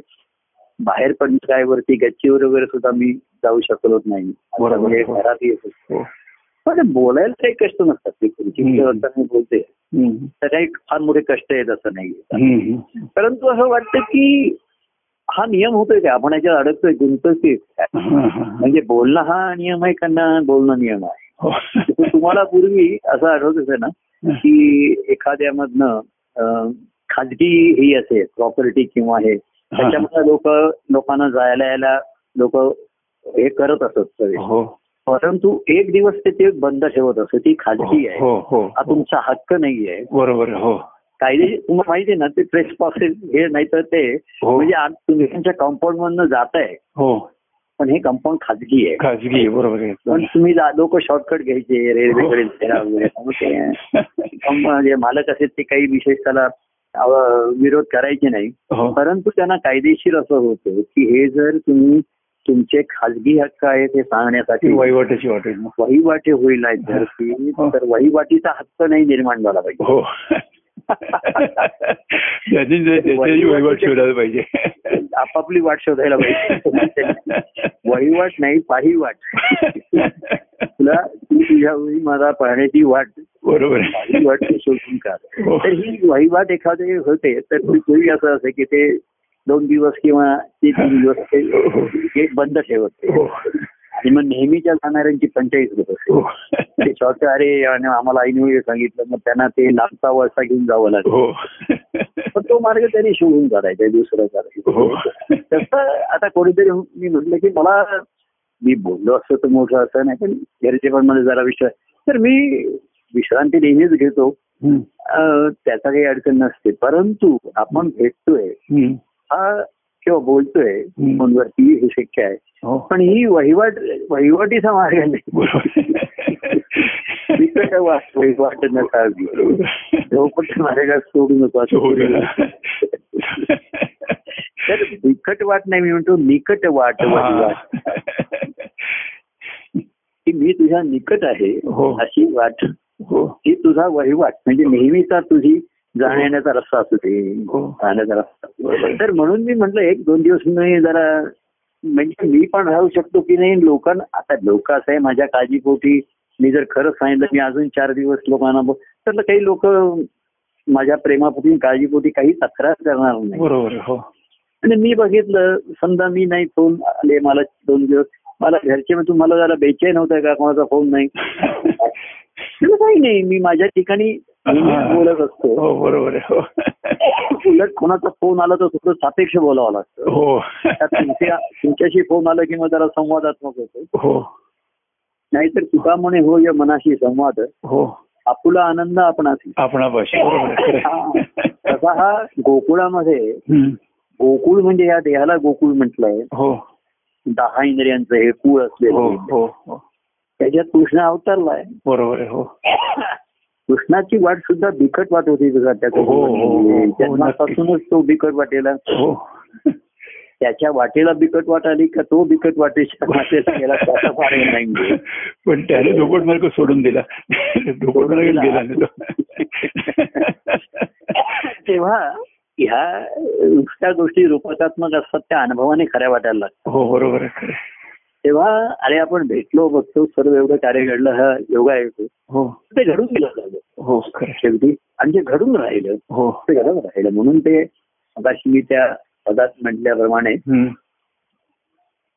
S1: बाहेर पण काय वरती गच्चीवर वगैरे सुद्धा मी जाऊ शकलोच नाही आता
S2: बरोबर.
S1: म्हणजे घरात येत होतो.
S2: हो
S1: पण बोलायला काही कष्ट नसतात ते खुर्ची
S2: हम्म.
S1: मी बोलते
S2: हम्म.
S1: तर काही फार मोठे कष्ट येत असं नाही
S2: हम्म, हम्म.
S1: परंतु असं वाटतं की हा नियम होतोय का आपण याच्यात अडकतोय गुंततोय काय
S2: हा, हा.
S1: म्हणजे बोलणं हा नियम आहे का ना बोलणं नियम आहे
S2: हो
S1: तुम्हाला पूर्वी असं आठवत असेल ना की एखाद्यामधनं अं, खाजगी ही असे प्रॉपर्टी किंवा हे त्याच्यामुळे लोक लोकांना जायला यायला लोक हे करत असत सगळे
S2: हो
S1: परंतु एक दिवस ते ते बंद ठेवत असत ती खाजगी आहे
S2: हो हो
S1: हा तुमचा हक्क नाहीये
S2: बरोबर हो
S1: कायदे तुम्हाला माहिती आहे ना ते ट्रेस पॉसेस हे नाही तर ते
S2: हो.
S1: म्हणजे आज तुम्ही तुमच्या कंपाऊंड मधनं जाताय
S2: हो
S1: पण हे कंपाऊंड खाजगी आहे
S2: खाजगी बरोबर
S1: पण
S2: आहे
S1: तुम्ही लोक शॉर्टकट घ्यायचे रेल्वेकडे फिरा वगैरे त्यामुळे ते कंप- जे मालक असेल ते काही विशेष त्याला अं, विरोध करायचे नाही
S2: हो
S1: परंतु त्यांना कायदेशीर असं होतं की हे जर तुम्ही तुमचे खाजगी हक्क आहेत हे
S2: ती
S1: सांगण्यासाठी
S2: वहिवाटाची वाटेल मग
S1: वहिवाटी होईल नाही जर ती, तर वहिवाटीचा हक्क नाही निर्माण झाला पाहिजे
S2: हो त्याची त्याची वहिवाट शोधायला पाहिजे
S1: आपापली वाट शोधायला पाहिजे वहिवाट नाही पाहिवाट तुला तू तुझ्या वेळी मला पाहण्याची वाट
S2: बरोबर
S1: पाही वाट तू शोधून काढ
S2: हो.
S1: तर ही वहिवाट एखादे होते तर ती- पूर्वी असं असे की ते दोन दिवस किंवा ते तीन दिवस ते गेट बंद ठेवत ते.
S2: हो.
S1: आणि मग नेहमीच्या जाणाऱ्यांची पंचायत होत असते
S2: हो.
S1: ते शॉर्ट अरे आणि आम्हाला आईने वगैरे सांगितलं मग त्यांना ते लांबचा वळसा घेऊन जावं लागतं
S2: हो
S1: पण तो मार्ग त्यांनी शोधून काढायचा दुसरं
S2: हो
S1: काढायचं तसं आता कोणीतरी मी म्हटलं की मला मी बोललो असतो तर मोठं असं नाही पण घरचे पण मला जरा विश्वास तर मी विश्रांती नेहमीच घेतो
S2: हम्म.
S1: अं, त्याचा काही अडचण नसते परंतु आपण भेटतोय
S2: हम्म.
S1: हा किंवा बोलतोय
S2: हम्म.
S1: फोनवरती हे शक्य आहे
S2: हो
S1: पण ही वहिवाट वहिवाटीचा मार्ग नाही
S2: बरोबर
S1: इकडे वा- वहिवाट नसावी झोपट मार्ग सोडू नको असं
S2: शोधला.
S1: तर बिकट वाट नाही मी म्हणतो निकट वाट वहिवाट की मी तुझ्या निकट आहे
S2: हो.
S1: अशी वाट
S2: हो
S1: ही तुझा वहिवाट म्हणजे नेहमीचा तुझी जाण्याचा रस्ता असतो ते
S2: हो.
S1: जाण्याचा रस्ता
S2: बरोबर.
S1: तर म्हणून मी म्हटलं एक दोन दिवस मी जरा म्हणजे मी पण राहू शकतो की नाही लोकांना आता लोक असं आहे माझ्या काळजीपोटी मी जर खरंच सांगितलं मी अजून चार दिवस लोकांना ब- तर काही लोक माझ्या प्रेमापोटी काळजीपोटी काही तक्रार करणार नाही
S2: बरोबर हो
S1: आणि मी बघितलं समजा मी नाही फोन आले मला दोन दिवस मला घरचे म्हणजे तुम्हाला जरा बेचैन होतं का कोणाचा फोन नाही म्हटलं, काही नाही मी माझ्या ठिकाणी नेहमीच बोलत असतो
S2: हो बरोबर आहे
S1: उलट कोणाचा फोन आला तर थोडं सापेक्ष बोलावं लागतं
S2: हो
S1: त्यात तुमच्या तुमच्याशी फोन आला की मग जरा संवादात्मक होतो
S2: हो
S1: नाहीतर तुका म्हणे हो या मनाशी संवाद
S2: हो
S1: आपुला आनंद आपणाशी
S2: आपणापाशी बरोबर आहे.
S1: तसा हा गोकुळामध्ये
S2: हम्म.
S1: गोकुळ म्हणजे या देहाला गोकुळ म्हटलंय
S2: हो
S1: दहा इंद्रियांचं हे कुळ
S2: हो
S1: असलेलं
S2: हो हो
S1: त्याच्यात कृष्ण अवतरलाय
S2: बरोबर आहे हो
S1: कृष्णाची वाट सुद्धा बिकट वाट होती
S2: हो, हो, हो, हो,
S1: त्याच्या
S2: नक्की.
S1: जन्मापासूनच तो बिकट वाटेला
S2: हो
S1: त्याच्या वाटेला बिकट वाट आली का तो बिकट वाटेच्या वाटेला गेला त्याचा फार हे नाही म्हणजे.
S2: पण त्याने धोपट मार्ग सोडून दिला धोपट मार्ग गेला नाही
S1: तेव्हा ह्या नुसत्या गोष्टी रूपकात्मक असतात त्या अनुभवाने खऱ्या वाटायला लागतात
S2: तो हो बरोबर आहे खरं आहे.
S1: तेव्हा अरे आपण भेटलो बघतो सर्व एवढं कार्य घडलं हा योगा येतो
S2: हो
S1: ते घडून गेलं झालं
S2: हो खरं आहे.
S1: शेवटी आणि जे घडून राहिलं
S2: हो
S1: ते घडून राहिलं म्हणून ते मगाशी मी त्या पदात म्हटल्याप्रमाणे
S2: हम्म.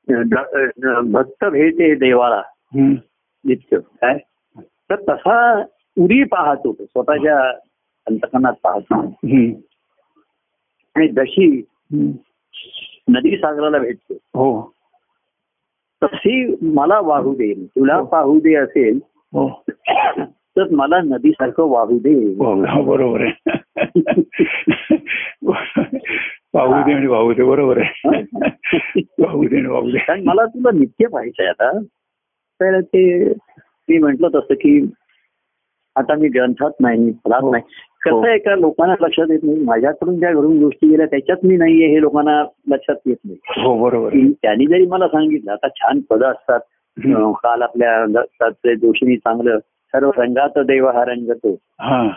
S1: ड- अ, भक्त भेटे देवाला
S2: हम्म.
S1: नित्य काय तर तसा उरी पाहतो तो, स्वतःच्या अंतकरणात पाहतो
S2: हम्म.
S1: आणि जशी
S2: हम्म.
S1: नदी सागराला भेटते
S2: हो
S1: तशी मला वाहू दे तुला पाहू दे असेल
S2: हो
S1: तर मला नदीसारखं वाहू दे
S2: हो बरोबर आहे वाहू दे आणि वाहू दे बरोबर आहे वाहू दे आणि वाहू दे
S1: कारण मला तुला नित्य पाहायचंय आता तर ते मी म्हंटल तसं की आता मी ग्रंथात नाही मी फळात नाही
S2: हो.
S1: कसं आहे का लोकांना लक्षात येत नाही माझ्याकडून ज्या घडून गोष्टी गेल्या त्याच्यात मी नाहीये हे लोकांना लक्षात येत नाही
S2: हो बरोबर आहे.
S1: की त्यांनी जरी मला सांगितलं आता छान पदं असतात
S2: हम्म.
S1: अं, काल आपल्या दत्तात्रय जोशीनी चांगलं सर्व रंगात देव हा रंगतो
S2: हा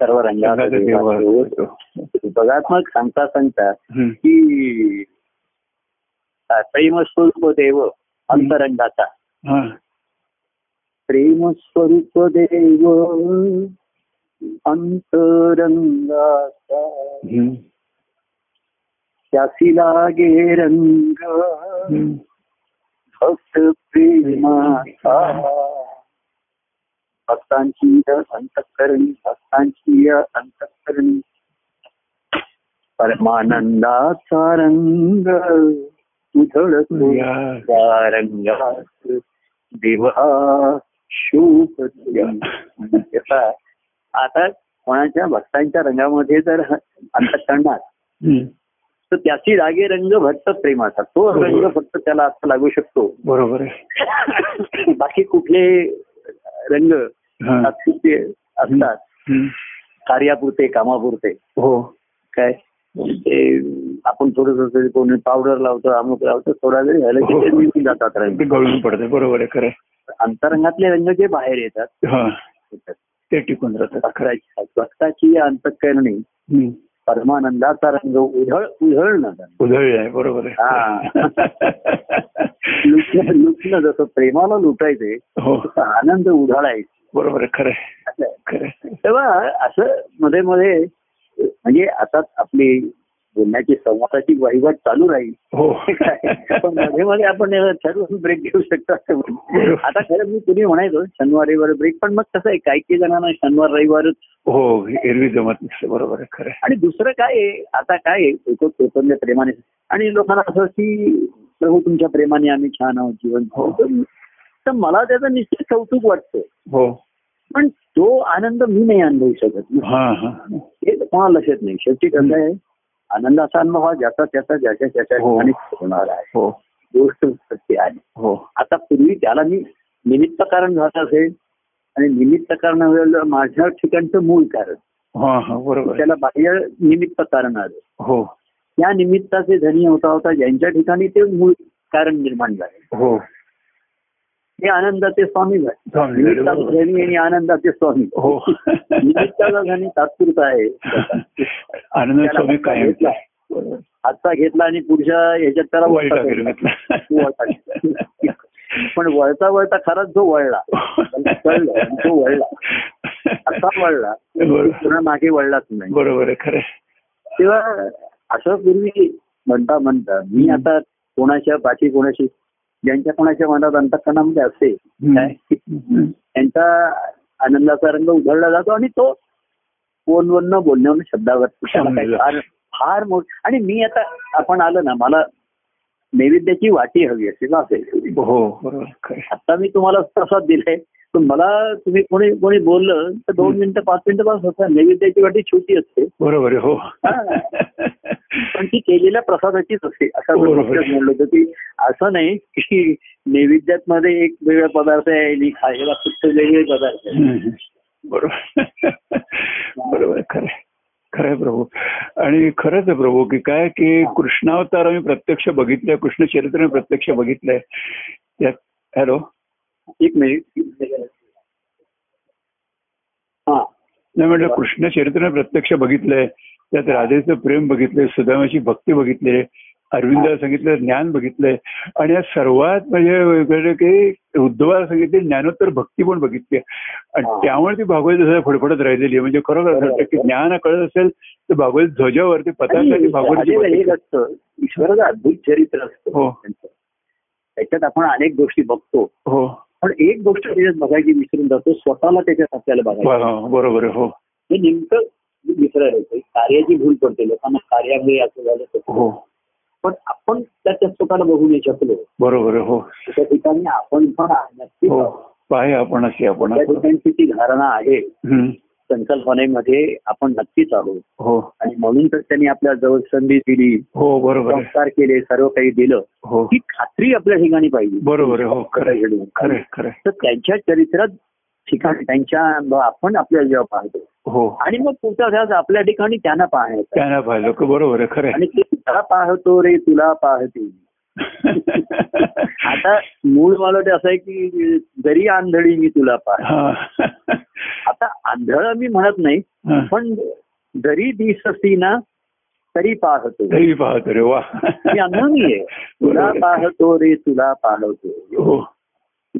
S1: सर्व रंगात
S2: रंगाचा
S1: देव हा
S2: देवा
S1: रंगतो. भगात्मक सांगता सांगता
S2: हम्म.
S1: की अं, प्रेम स्वरूप देव अंतरंगाचा
S2: हा
S1: प्रेम स्वरूप देव अंतरंगाचा
S2: हम्म.
S1: त्यासी लागे रंग
S2: हम्म.
S1: भक्त प्रेमाचा भक्तांची अंतकरणी भक्तांची अंतकरणी परमानंदाचा रंग उधळतो
S2: या-
S1: त्या रंगात देवा शोभ आता कोणाच्या भक्तांच्या रंगामध्ये जर अंतकरणार
S2: हम्म.
S1: तर त्याची रागे रंग भक्त प्रेमाचा तो रंग फक्त त्याला आता लागू शकतो
S2: बरोबर आहे
S1: बाकी कुठले रंग
S2: हा.
S1: तात्पुरते असतात
S2: हम्म.
S1: कार्यापुरते कामापुरते
S2: हो
S1: काय ते आपण थोडस कोणी पावडर लावतो अमुक लावतो थोडा जरी झालं की ते निघून जातात रंग
S2: ते गळून पडते बरोबर आहे खरं आहे.
S1: अंतरंगातले रंग जे बाहेर येतात
S2: हा ते टिकून राहतात खरं आहे.
S1: अकराची भक्ताची अंतकरणी
S2: हम्म.
S1: परमानंदाचा रंग उधळ उधळणं
S2: उधळी आहे बरोबर
S1: लुटणं
S2: आहे
S1: लुटणं जसं प्रेमाला लुटायचे
S2: हो
S1: तसा आनंद उधळायचे
S2: बरोबर आहे खरं आहे.
S1: असं आहे.
S2: खरं आहे.
S1: तेव्हा असं मध्ये मध्ये म्हणजे आता आपली बोलण्याची संवादाची वहिवाट चालू राहील
S2: हो
S1: पण मध्ये मध्ये आपण ठरवून ब्रेक घेऊ शकतो असं म्हणून. आता खरं मी तुम्ही म्हणायचो शनिवार रविवार ब्रेक पण मग कसं आहे काही काही जणांना शनिवार रविवारच
S2: हो एरवी जमत नसते बरोबर आहे खरं आहे.
S1: आणि दुसरं काय आहे आता काय आहे, लोक चैतन्य प्रेमाने आणि लोकांना असं की प्रभू तुमच्या प्रेमाने आम्ही छान आहोत जीवन
S2: हो.
S1: तर- तर मला त्याचं निश्चित कौतुक वाटतं
S2: हो
S1: पण तो आनंद मी नाही अनुभवू शकत ना.
S2: हा हा
S1: हे कोणाला लक्षात नाही शेवटी कसं आहे आनंद असा अनुभव हा ज्याचा त्याचा ज्याच्या त्याच्या
S2: हो.
S1: ठिकाणी होणार आहे
S2: हो
S1: गोष्ट सत्य आहे
S2: हो
S1: आता पूर्वी त्याला मी निमित्त कारण झालं असेल आणि निमित्त कारण वेळेला माझ्या ठिकाणचं मूळ कारण
S2: हा हा बरोबर आहे.
S1: त्याला बाह्य निमित्त कारण आलं
S2: हो
S1: त्या निमित्ताचे धनी होता होता ज्यांच्या ठिकाणी ते मूळ कारण निर्माण झाले
S2: हो
S1: हे आनंदाचे स्वामी झाले
S2: स्वामी झाले,
S1: निमित्ताचे
S2: बरोबर.
S1: धनी आणि आनंदाचे स्वामी
S2: हो
S1: निमित्ताचा धनी तात्पुरता आहे
S2: आनंद स्वामी काय
S1: घेतला आजचा घेतला आणि पुढच्या ह्याच्यात त्याला
S2: वाईट
S1: वळता
S2: वगैरे
S1: गेला.
S2: घेतला
S1: पण वळता वळता खराच जो वळला कळलं, तो वळला. असा वळला
S2: बरोबर.
S1: पुन्हा मागे वळलाच नाही
S2: बरोबर आहे खरं आहे.
S1: तेव्हा असं पूर्वी म्हणता म्हणता मी आता कोणाच्या बाकी कोणाशी ज्यांच्या कोणाच्या मनात अंतकरणामध्ये असते काय?
S2: हम्म.
S1: त्यांचा आनंदाचा रंग उधळला जातो आणि तो फोनवर न बोलण्यावर शब्दावर त्याला काही फार फार मोठ आणि मी आता आपण आलो ना मला नैवेद्याची वाटी हवी असेल असेल
S2: हो बरोबर आहे, खरं आहे.
S1: आता मी तुम्हाला प्रसाद दिलाय पण मला तुम्ही कोणी कोणी बोललं तर दोन
S2: हं.
S1: मिनिटं पाच मिनिटं पास होतं नैवेद्याची वाटी छोटी असते
S2: बरोबर आहे, हो
S1: पण ती केलेल्या प्रसादाचीच असते असं आपण
S2: बरोबर.
S1: नुकतंच म्हणलं होतं की असं नाही की नैवेद्यात मध्ये एक वेगळा पदार्थ आहे आणि खायला फक्त वेगळे पदार्थ आहे
S2: हम्म. बरोबर बरोबर आहे, खरं आहे. खरं आहे प्रभू आणि खरंच आहे प्रभू की काय की कृष्णावतार आम्ही प्रत्यक्ष बघितलंय कृष्ण चरित्र आम्ही प्रत्यक्ष बघितलंय त्यात हॅलो
S1: एक मिनिट हा
S2: नाही म्हटलं कृष्ण चरित्र आम्ही प्रत्यक्ष बघितलंय त्यात राधेचं प्रेम बघितलंय सुदामाची भक्ती बघितली अरविंदाला सांगितलं ज्ञान बघितलंय आणि या सर्वात म्हणजे वेगळं की उद्धवाला सांगितले ज्ञानोत्तर भक्ती पण बघितली आणि
S1: हा.
S2: त्यामुळे ती भागवत जसं फडफडत राहिलेली आहे म्हणजे खरोखर असं वाटतं की ज्ञान कळत असेल तर भागवत ध्वजावरती पताकाची
S1: आणि
S2: भागवत
S1: राजेला एक असतं ईश्वराचं अद्भुत चरित्र
S2: हो.
S1: असतं त्यांचं. त्याच्यात आपण अनेक गोष्टी बघतो
S2: हो
S1: पण एक गोष्ट त्याच्यात बघायची विसरून जातो स्वतःला त्याच्यात आपल्याला बघायचं
S2: बरोबर बरोबर आहे. हो
S1: हे नेमकं विसरायला येतं. कार्याची भूल पडते लोकांना कार्यामुळे असं झालं तसं.
S2: हो
S1: पण आपण त्याच्यात स्वतःला बघू नाही शकलो
S2: बरोबर आहे. हो
S1: त्या ठिकाणी आपण पण नक्की
S2: हो पाहे आपण असे आपण
S1: त्या ठिकाणची ती धारणा आहे
S2: हम्म.
S1: संकल्पनेमध्ये आपण नक्कीच आहोत
S2: हो
S1: आणि म्हणून तर त्यांनी आपल्या जवळ संधी दिली
S2: हो बरोबर आहे.
S1: संस्कार केले सर्व काही दिलं
S2: हो
S1: ही खात्री आपल्या ठिकाणी पाहिजे
S2: बरोबर आहे. हो खरं आहे. खरं आहे, खरं आहे.
S1: तर त्यांच्या चरित्रात ठिकाण त्यांच्या अनुभव आपण आपल्या जेव्हा पाहतो
S2: हो
S1: आणि मग पुढचा ध्यास आपल्या ठिकाणी त्यांना पाहण्याचा
S2: त्यांना पाहिलं का बरोबर आहे खरं आहे.
S1: आणि ते तुला पाहतो रे तुला पाहते आता मूळ मला ते असं आहे की जरी आंधळी मी तुला पाह
S2: हा.
S1: आता आंधळ मी म्हणत नाही
S2: हा.
S1: पण जरी दिसती ना तरी पाहतो
S2: तरी पाहतो रे वा
S1: मी आंधळ नाहीये तुला
S2: बरोबर आहे.
S1: पाहतो रे तुला पाहतो
S2: हो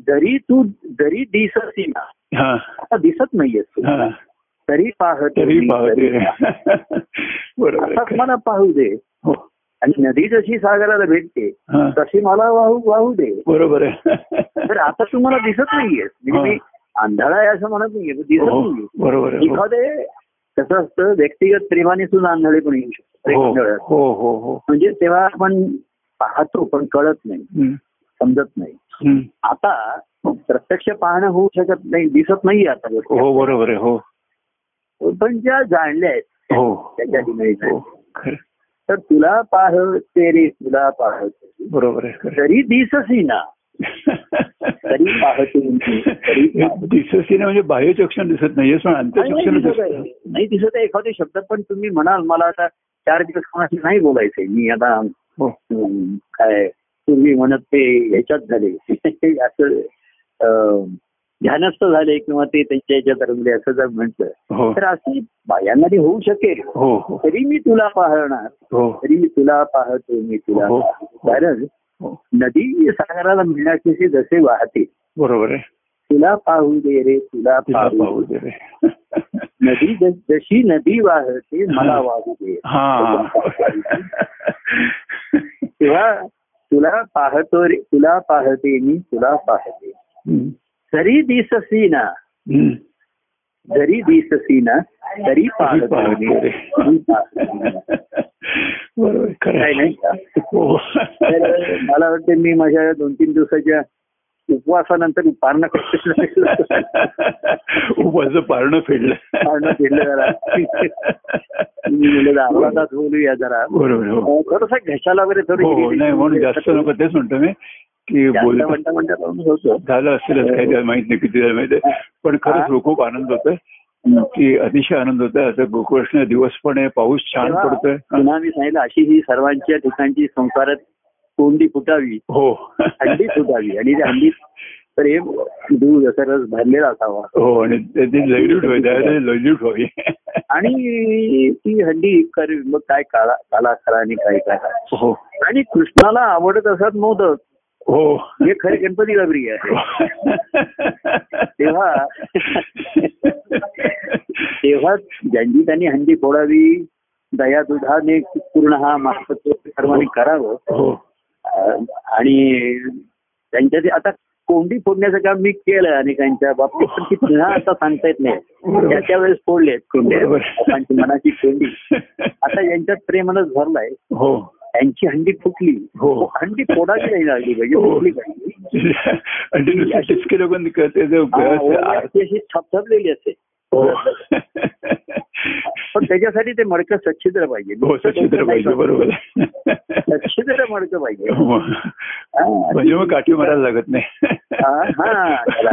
S1: जरी तू जरी दिसती ना
S2: हा
S1: आता दिसत नाहीये तू
S2: हा.
S1: तरी पाहतो
S2: तरी
S1: मी,
S2: पाहतो
S1: तरी
S2: रे बरोबर आहे,
S1: असाच
S2: खरं आहे.
S1: मला पाहू दे
S2: हो
S1: आणि नदी जशी सागराला भेटते
S2: हा.
S1: तशी मला वाहू वाहू दे
S2: बरोबर आहे
S1: तर आता तू मला दिसत नाहीये म्हणजे
S2: हा.
S1: मी आंधळा आहे असं म्हणत नाहीये पण दिसत
S2: हो,
S1: नाहीये
S2: बरोबर आहे. हो.
S1: एखादे कसं असतं व्यक्तिगत प्रेमाने सुद्धा आंधळे पण येऊ शकतो प्रेम
S2: हो
S1: आंधळं.
S2: हो हो हो
S1: म्हणजे तेव्हा आपण पाहतो पण कळत नाही
S2: हम्म,
S1: समजत नाही
S2: हम्म.
S1: आता प्रत्यक्ष पाहणं होऊ शकत नाही दिसत नाही आता गोष्टी.
S2: हो बरोबर आहे हो
S1: पण ज्या जाणल्या आहेत
S2: हो
S1: त्याच्या ठिकाणी
S2: हो
S1: जाणल्या.
S2: खरं
S1: तर तुला पाह ते रे तुला पाह
S2: बरोबर आहे खरं
S1: तरी दिससी ना तरी पाहते मी, तरी पाहते. म्हणजे
S2: दिसत नाही म्हणजे बाह्य चक्षण दिसत नाहीये पण
S1: नाही
S2: अंतचक्षण
S1: दिसत आहे.
S2: दिसत
S1: नाही दिसत आहे एखादे शब्द पण तुम्ही म्हणाल मला आता चार दिवस कोणाशी नाही बोलायचंय मी आता
S2: हो
S1: अं, काय पूर्वी म्हणत ते ह्याच्यात झाले असं अं, ध्यानस्थ झाले किंवा ते त्यांच्या ह्याच्यात रंगले असं जर म्हटलं
S2: हो
S1: तर अशी बायांना ते होऊ शकेल
S2: हो हो
S1: तरी मी तुला पाहणार
S2: हो
S1: तरी मी तुला पाहतो मी तुला
S2: हो.
S1: पाहतो. कारण
S2: हो
S1: नदी सागराला मिळण्याचे जसे वाहते
S2: बरोबर आहे
S1: तुला पाहू दे रे तुला
S2: तिला
S1: पाहू
S2: पाहू
S1: दे
S2: दे रे.
S1: नदी ज- जशी नदी वाहते मला वाहू दे
S2: हा
S1: तेव्हा तुला पाहतो रे तुला पाहते मी तुला पाहते
S2: हम्म,
S1: जरी दिससी ना
S2: हम्म.
S1: जरी दिससी ना तरी
S2: पाहू
S1: पाहतो मी
S2: दे.
S1: मी पाहतो.
S2: बरोबर आहे, खरं
S1: काय
S2: आहे.
S1: नाही का?
S2: हो
S1: तर मला वाटते मी माझ्या दोन तीन दिवसाच्या उपवासानंतर पारणं करतो
S2: उपाचं पारणं फेडलं
S1: पारणं फेडलं जरा. मी म्हणलं अर्धा तास बोलूया जरा
S2: बरोबर आहे, हो
S1: थोडस घशाला वगैरे थोडी
S2: हो, हो नाही म्हणून जास्त नको तेच म्हणतो मी की
S1: जास्त म्हणजे-
S2: बोल
S1: म्हणता म्हणता लावून होतं.
S2: झालं असेलच काही त्याला माहित नाही किती झालं माहिती आहे. पण खरंच हो, खूप आनंद होतोय की अतिशय आनंद होतोय आता गोकुळकृष्ण दिवस पण आहे पाऊस छान
S1: तेव्हा
S2: पडतोय हा.
S1: पुन्हा मी सांगितलं अशी ही सर्वांच्या ठिकाणची संसारात कोंडी फुटावी
S2: हो
S1: हंडी फुटावी आणि त्या हंडीत प्रेम दूध असा रस भरलेला असावा
S2: हो आणि त्याची लयलूट होईल त्यावेळेला लयलूट व्हावी
S1: आणि ती हंडी कर मग काय काला काला खरा आणि काय काय
S2: हो
S1: आणि कृष्णाला आवडत असत मोदक
S2: हो
S1: हे खरे गणपतीला प्रिय आहे तेव्हा तेव्हा ज्यांनी त्यांनी हंडी फोडावी दया दुधाने पूर्ण हा महासत्व सर्वांनी करावं
S2: हो
S1: अं, आणि त्यांच्या ते आता कोंडी फोडण्याचं काम मी केलं अनेकांच्या बाबतीत पण ती पुन्हा आता सांगता येत नाही
S2: बरोबर.
S1: त्याच्या वेळेस फोडलेत कोंड्या
S2: बरोबर.
S1: लोकांची मनाची कोंडी आता यांच्यात प्रेमानच भरलाय
S2: हो
S1: त्यांची हंडी फुटली
S2: हो.
S1: हंडी फोडावी नाही लागली पाहिजे
S2: हो.
S1: फुटली पाहिजे
S2: आणि ते नुसते टिचके लोकांनी करते ते
S1: हा, हो. ओरडी
S2: आ-
S1: अशी अशी थपथपलेली असते
S2: हो
S1: पण त्याच्यासाठी ते मडकं सच्छिद्र पाहिजे
S2: हो सचित्र पाहिजे बरोबर आहे.
S1: सच्छिद्र मडकं पाहिजे
S2: हो.
S1: हा.
S2: म्हणजे मग काठी मारायला लागत नाही
S1: हा, हा, त्याला.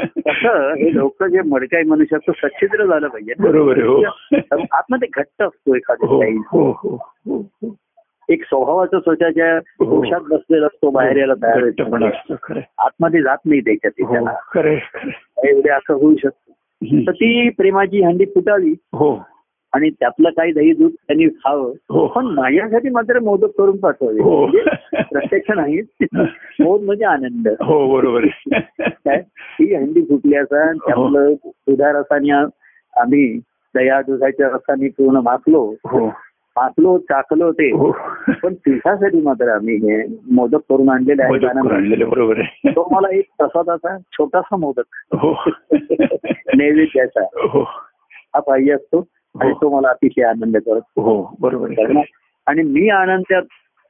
S1: कसं हे लोक जे मडकाय मनुष्याचं सच्छिद्र झालं पाहिजे ना.
S2: बरोबर आहे, हो.
S1: आतमध्ये घट्ट असतो एखादा
S2: हो
S1: काही
S2: हो हो हो, हो.
S1: एक स्वभावाचा स्वतःच्या
S2: हो.
S1: पक्षात बसलेला असतो बाहेर यायला तयार होत
S2: घट्टपणा
S1: नाही.
S2: असतो खरं आहे.
S1: आतमध्ये जात नाही त्याच्या
S2: हो
S1: त्याला
S2: खरं आहे, खरं आहे.
S1: एवढे असं होऊ शकतं तर
S2: हम्म.
S1: ती प्रेमाची हंडी फुटावी
S2: हो
S1: आणि त्यातलं काही दही दूध त्यांनी खावं
S2: हो
S1: पण माझ्यासाठी मात्र मोदक करून पाठवावे
S2: हो
S1: म्हणजे प्रत्यक्ष नाही मोद म्हणजे आनंद
S2: हो बरोबर आहे.
S1: काय ही हंडी फुटली असा त्यातलं दुधा रसाने आम्ही दया दुधाच्या रसाने पूर्ण माखलो
S2: हो
S1: माखलो चाकलो ते
S2: हो
S1: पण तुझ्यासाठी मात्र आम्ही हे मोदक करून आणलेले
S2: मदत करून
S1: आहे
S2: आणलेलं बरोबर आहे
S1: तो मला एक प्रसादाचा छोटासा मोदक
S2: हो
S1: नैवेद्याचा
S2: हो
S1: हा पाहिजे असतो आणि तो मला अतिशय आनंद करत
S2: हो बरोबर आहे, खरं
S1: करणार
S2: आहे.
S1: आणि मी आनंदात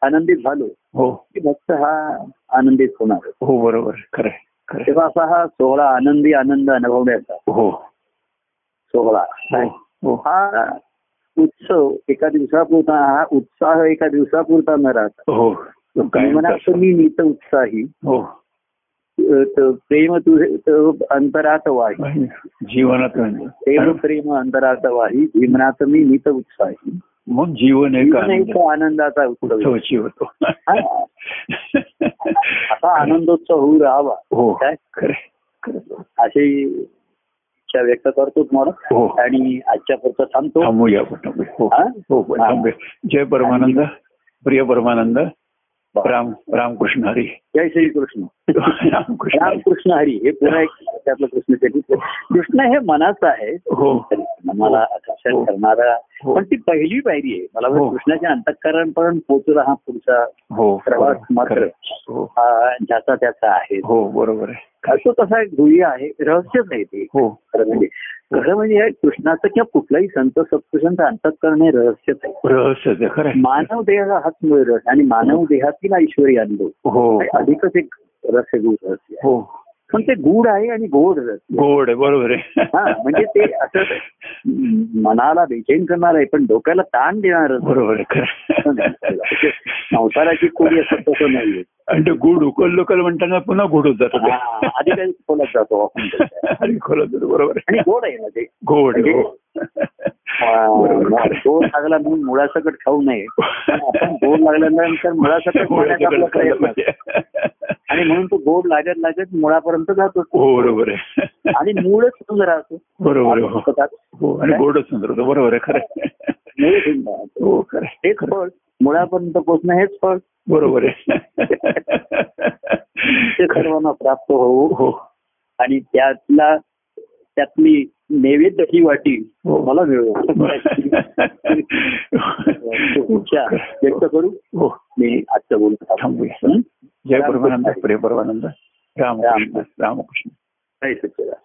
S1: आनंदित झालो
S2: हो
S1: की भक्त हा आनंदित होणार
S2: हो बरोबर आहे, खरं आहे, खरं आहे.
S1: तेव्हा असा हा सोहळा आनंदी आनंद अनुभवण्याचा
S2: हो
S1: सोहळा
S2: हो हो
S1: हा उत्सव एका दिवसापुरता हा उत्साह एका दिवसापुरता न राहता
S2: हो तो
S1: मी
S2: काय
S1: म्हणा
S2: म्हणतात?
S1: मी नीत उत्साही
S2: हो
S1: अ, त- प्रेम तुझे त- अंतरात वाही
S2: जीवनात म्हणजे.
S1: प्रेम प्रेम अंतरात वाही जीवनात मी नीत उत्साही
S2: मग जीवन एक
S1: जीवन एक आनंदाचा उत्सव
S2: उत्सवाची होतो
S1: हा, असा आनंदोत्सव होऊ राहावा
S2: हो
S1: काय
S2: खरे खरे
S1: अशी इच्छा व्यक्त करतो तुम्हाला
S2: हो.
S1: आणि आजच्या पुरतं थांबतो
S2: थांबूया आपण थांबूया हो
S1: हा?
S2: हो पण
S1: हा.
S2: थांबूया जय परमानंद प्रिय परमानंद राम रामकृष्ण हरी
S1: जय श्री कृष्ण
S2: रामकृष्ण हरी.
S1: रामकृष्ण हरी हे पुन्हा एक त्यातलं कृष्ण चरित्र कृष्ण हे मनाचं आहे
S2: हो
S1: मनाला आकर्षण
S2: हो.
S1: करणारा
S2: हो.
S1: पण ती पहिली पायरी आहे मला वाटतं
S2: हो.
S1: कृष्णाच्या अंतःकरण पण पोचला हा पुढचा
S2: हो
S1: प्रवास मात्र
S2: खरं. हो
S1: हा ज्याचा त्याचा आहे
S2: हो बरोबर आहे
S1: असं तसा एक गुह्य आहे रहस्यच आहे ते
S2: हो
S1: खरं म्हणजे खरं म्हणजे या कृष्णाचं किंवा कुठलाही संत सत्पुरुषांचं अंतःकरण हे रहस्यच आहे
S2: रहस्यच आहे, खरं आहे.
S1: मानव देह हाच मूळ रहस्य आणि मानव देहातील हा ईश्वरी अनुभव
S2: हो
S1: हे अधिकच एक रहस्य गूढ रहस्य आहे
S2: हो
S1: पण ते गूढ आहे आणि गोड रहस्य आहे.
S2: गोड आहे, बरोबर आहे
S1: हा, म्हणजे ते असं- म- मनाला बेचैन करणार आहे पण डोक्याला ताण देणार
S2: बरोबर आहे खरं आहे.
S1: संसाराची कोणी असं तसं नाहीये
S2: आणि ते गुड उकल लोकल म्हणताना पुन्हा गुड होत जातो
S1: हा, आधी काही खोलत जातो आपण त्याच्या.
S2: आणि खोलत जातो बरोबर आहे.
S1: आणि गोड आहे म्हणजे. ना ते
S2: गोड आहे, हो.
S1: आ,
S2: बरोबर आहे.
S1: गोड लागला म्हणून मुळासकट खाऊ नये पण आपण गोड लागल्यानंतर मुळासकट खाण्याचा आपला प्रयत्न
S2: म्हणजे.
S1: असतो. आणि म्हणून तो गोड लागत लागत मुळापर्यंत जातो
S2: हो बरोबर आहे
S1: आणि मूळच सुंदर असतो
S2: बरोबर आहे, हो.
S1: स्वतःच.
S2: हो आणि गोडच सुंदर होतं बरोबर आहे खरं आहे.
S1: मूळ सुंदर असतो.
S2: हो खरं आहे.
S1: हेच फळ मुळापर्यंत पोचणं हेच फळ
S2: बरोबर आहे
S1: ते
S2: खरं.
S1: सर्वांना प्राप्त होऊ
S2: हो
S1: आणि त्यातला त्यातली नैवेद्य ही वाटी
S2: हो.
S1: मला मिळू इच्छा व्यक्त
S2: हो
S1: करू मी आजचं
S2: थांबूया.
S1: बोलून
S2: जय परमानंद प्रिय परमानंद रामकृष्ण रामकृष्ण
S1: नाही सच्चिदानंद.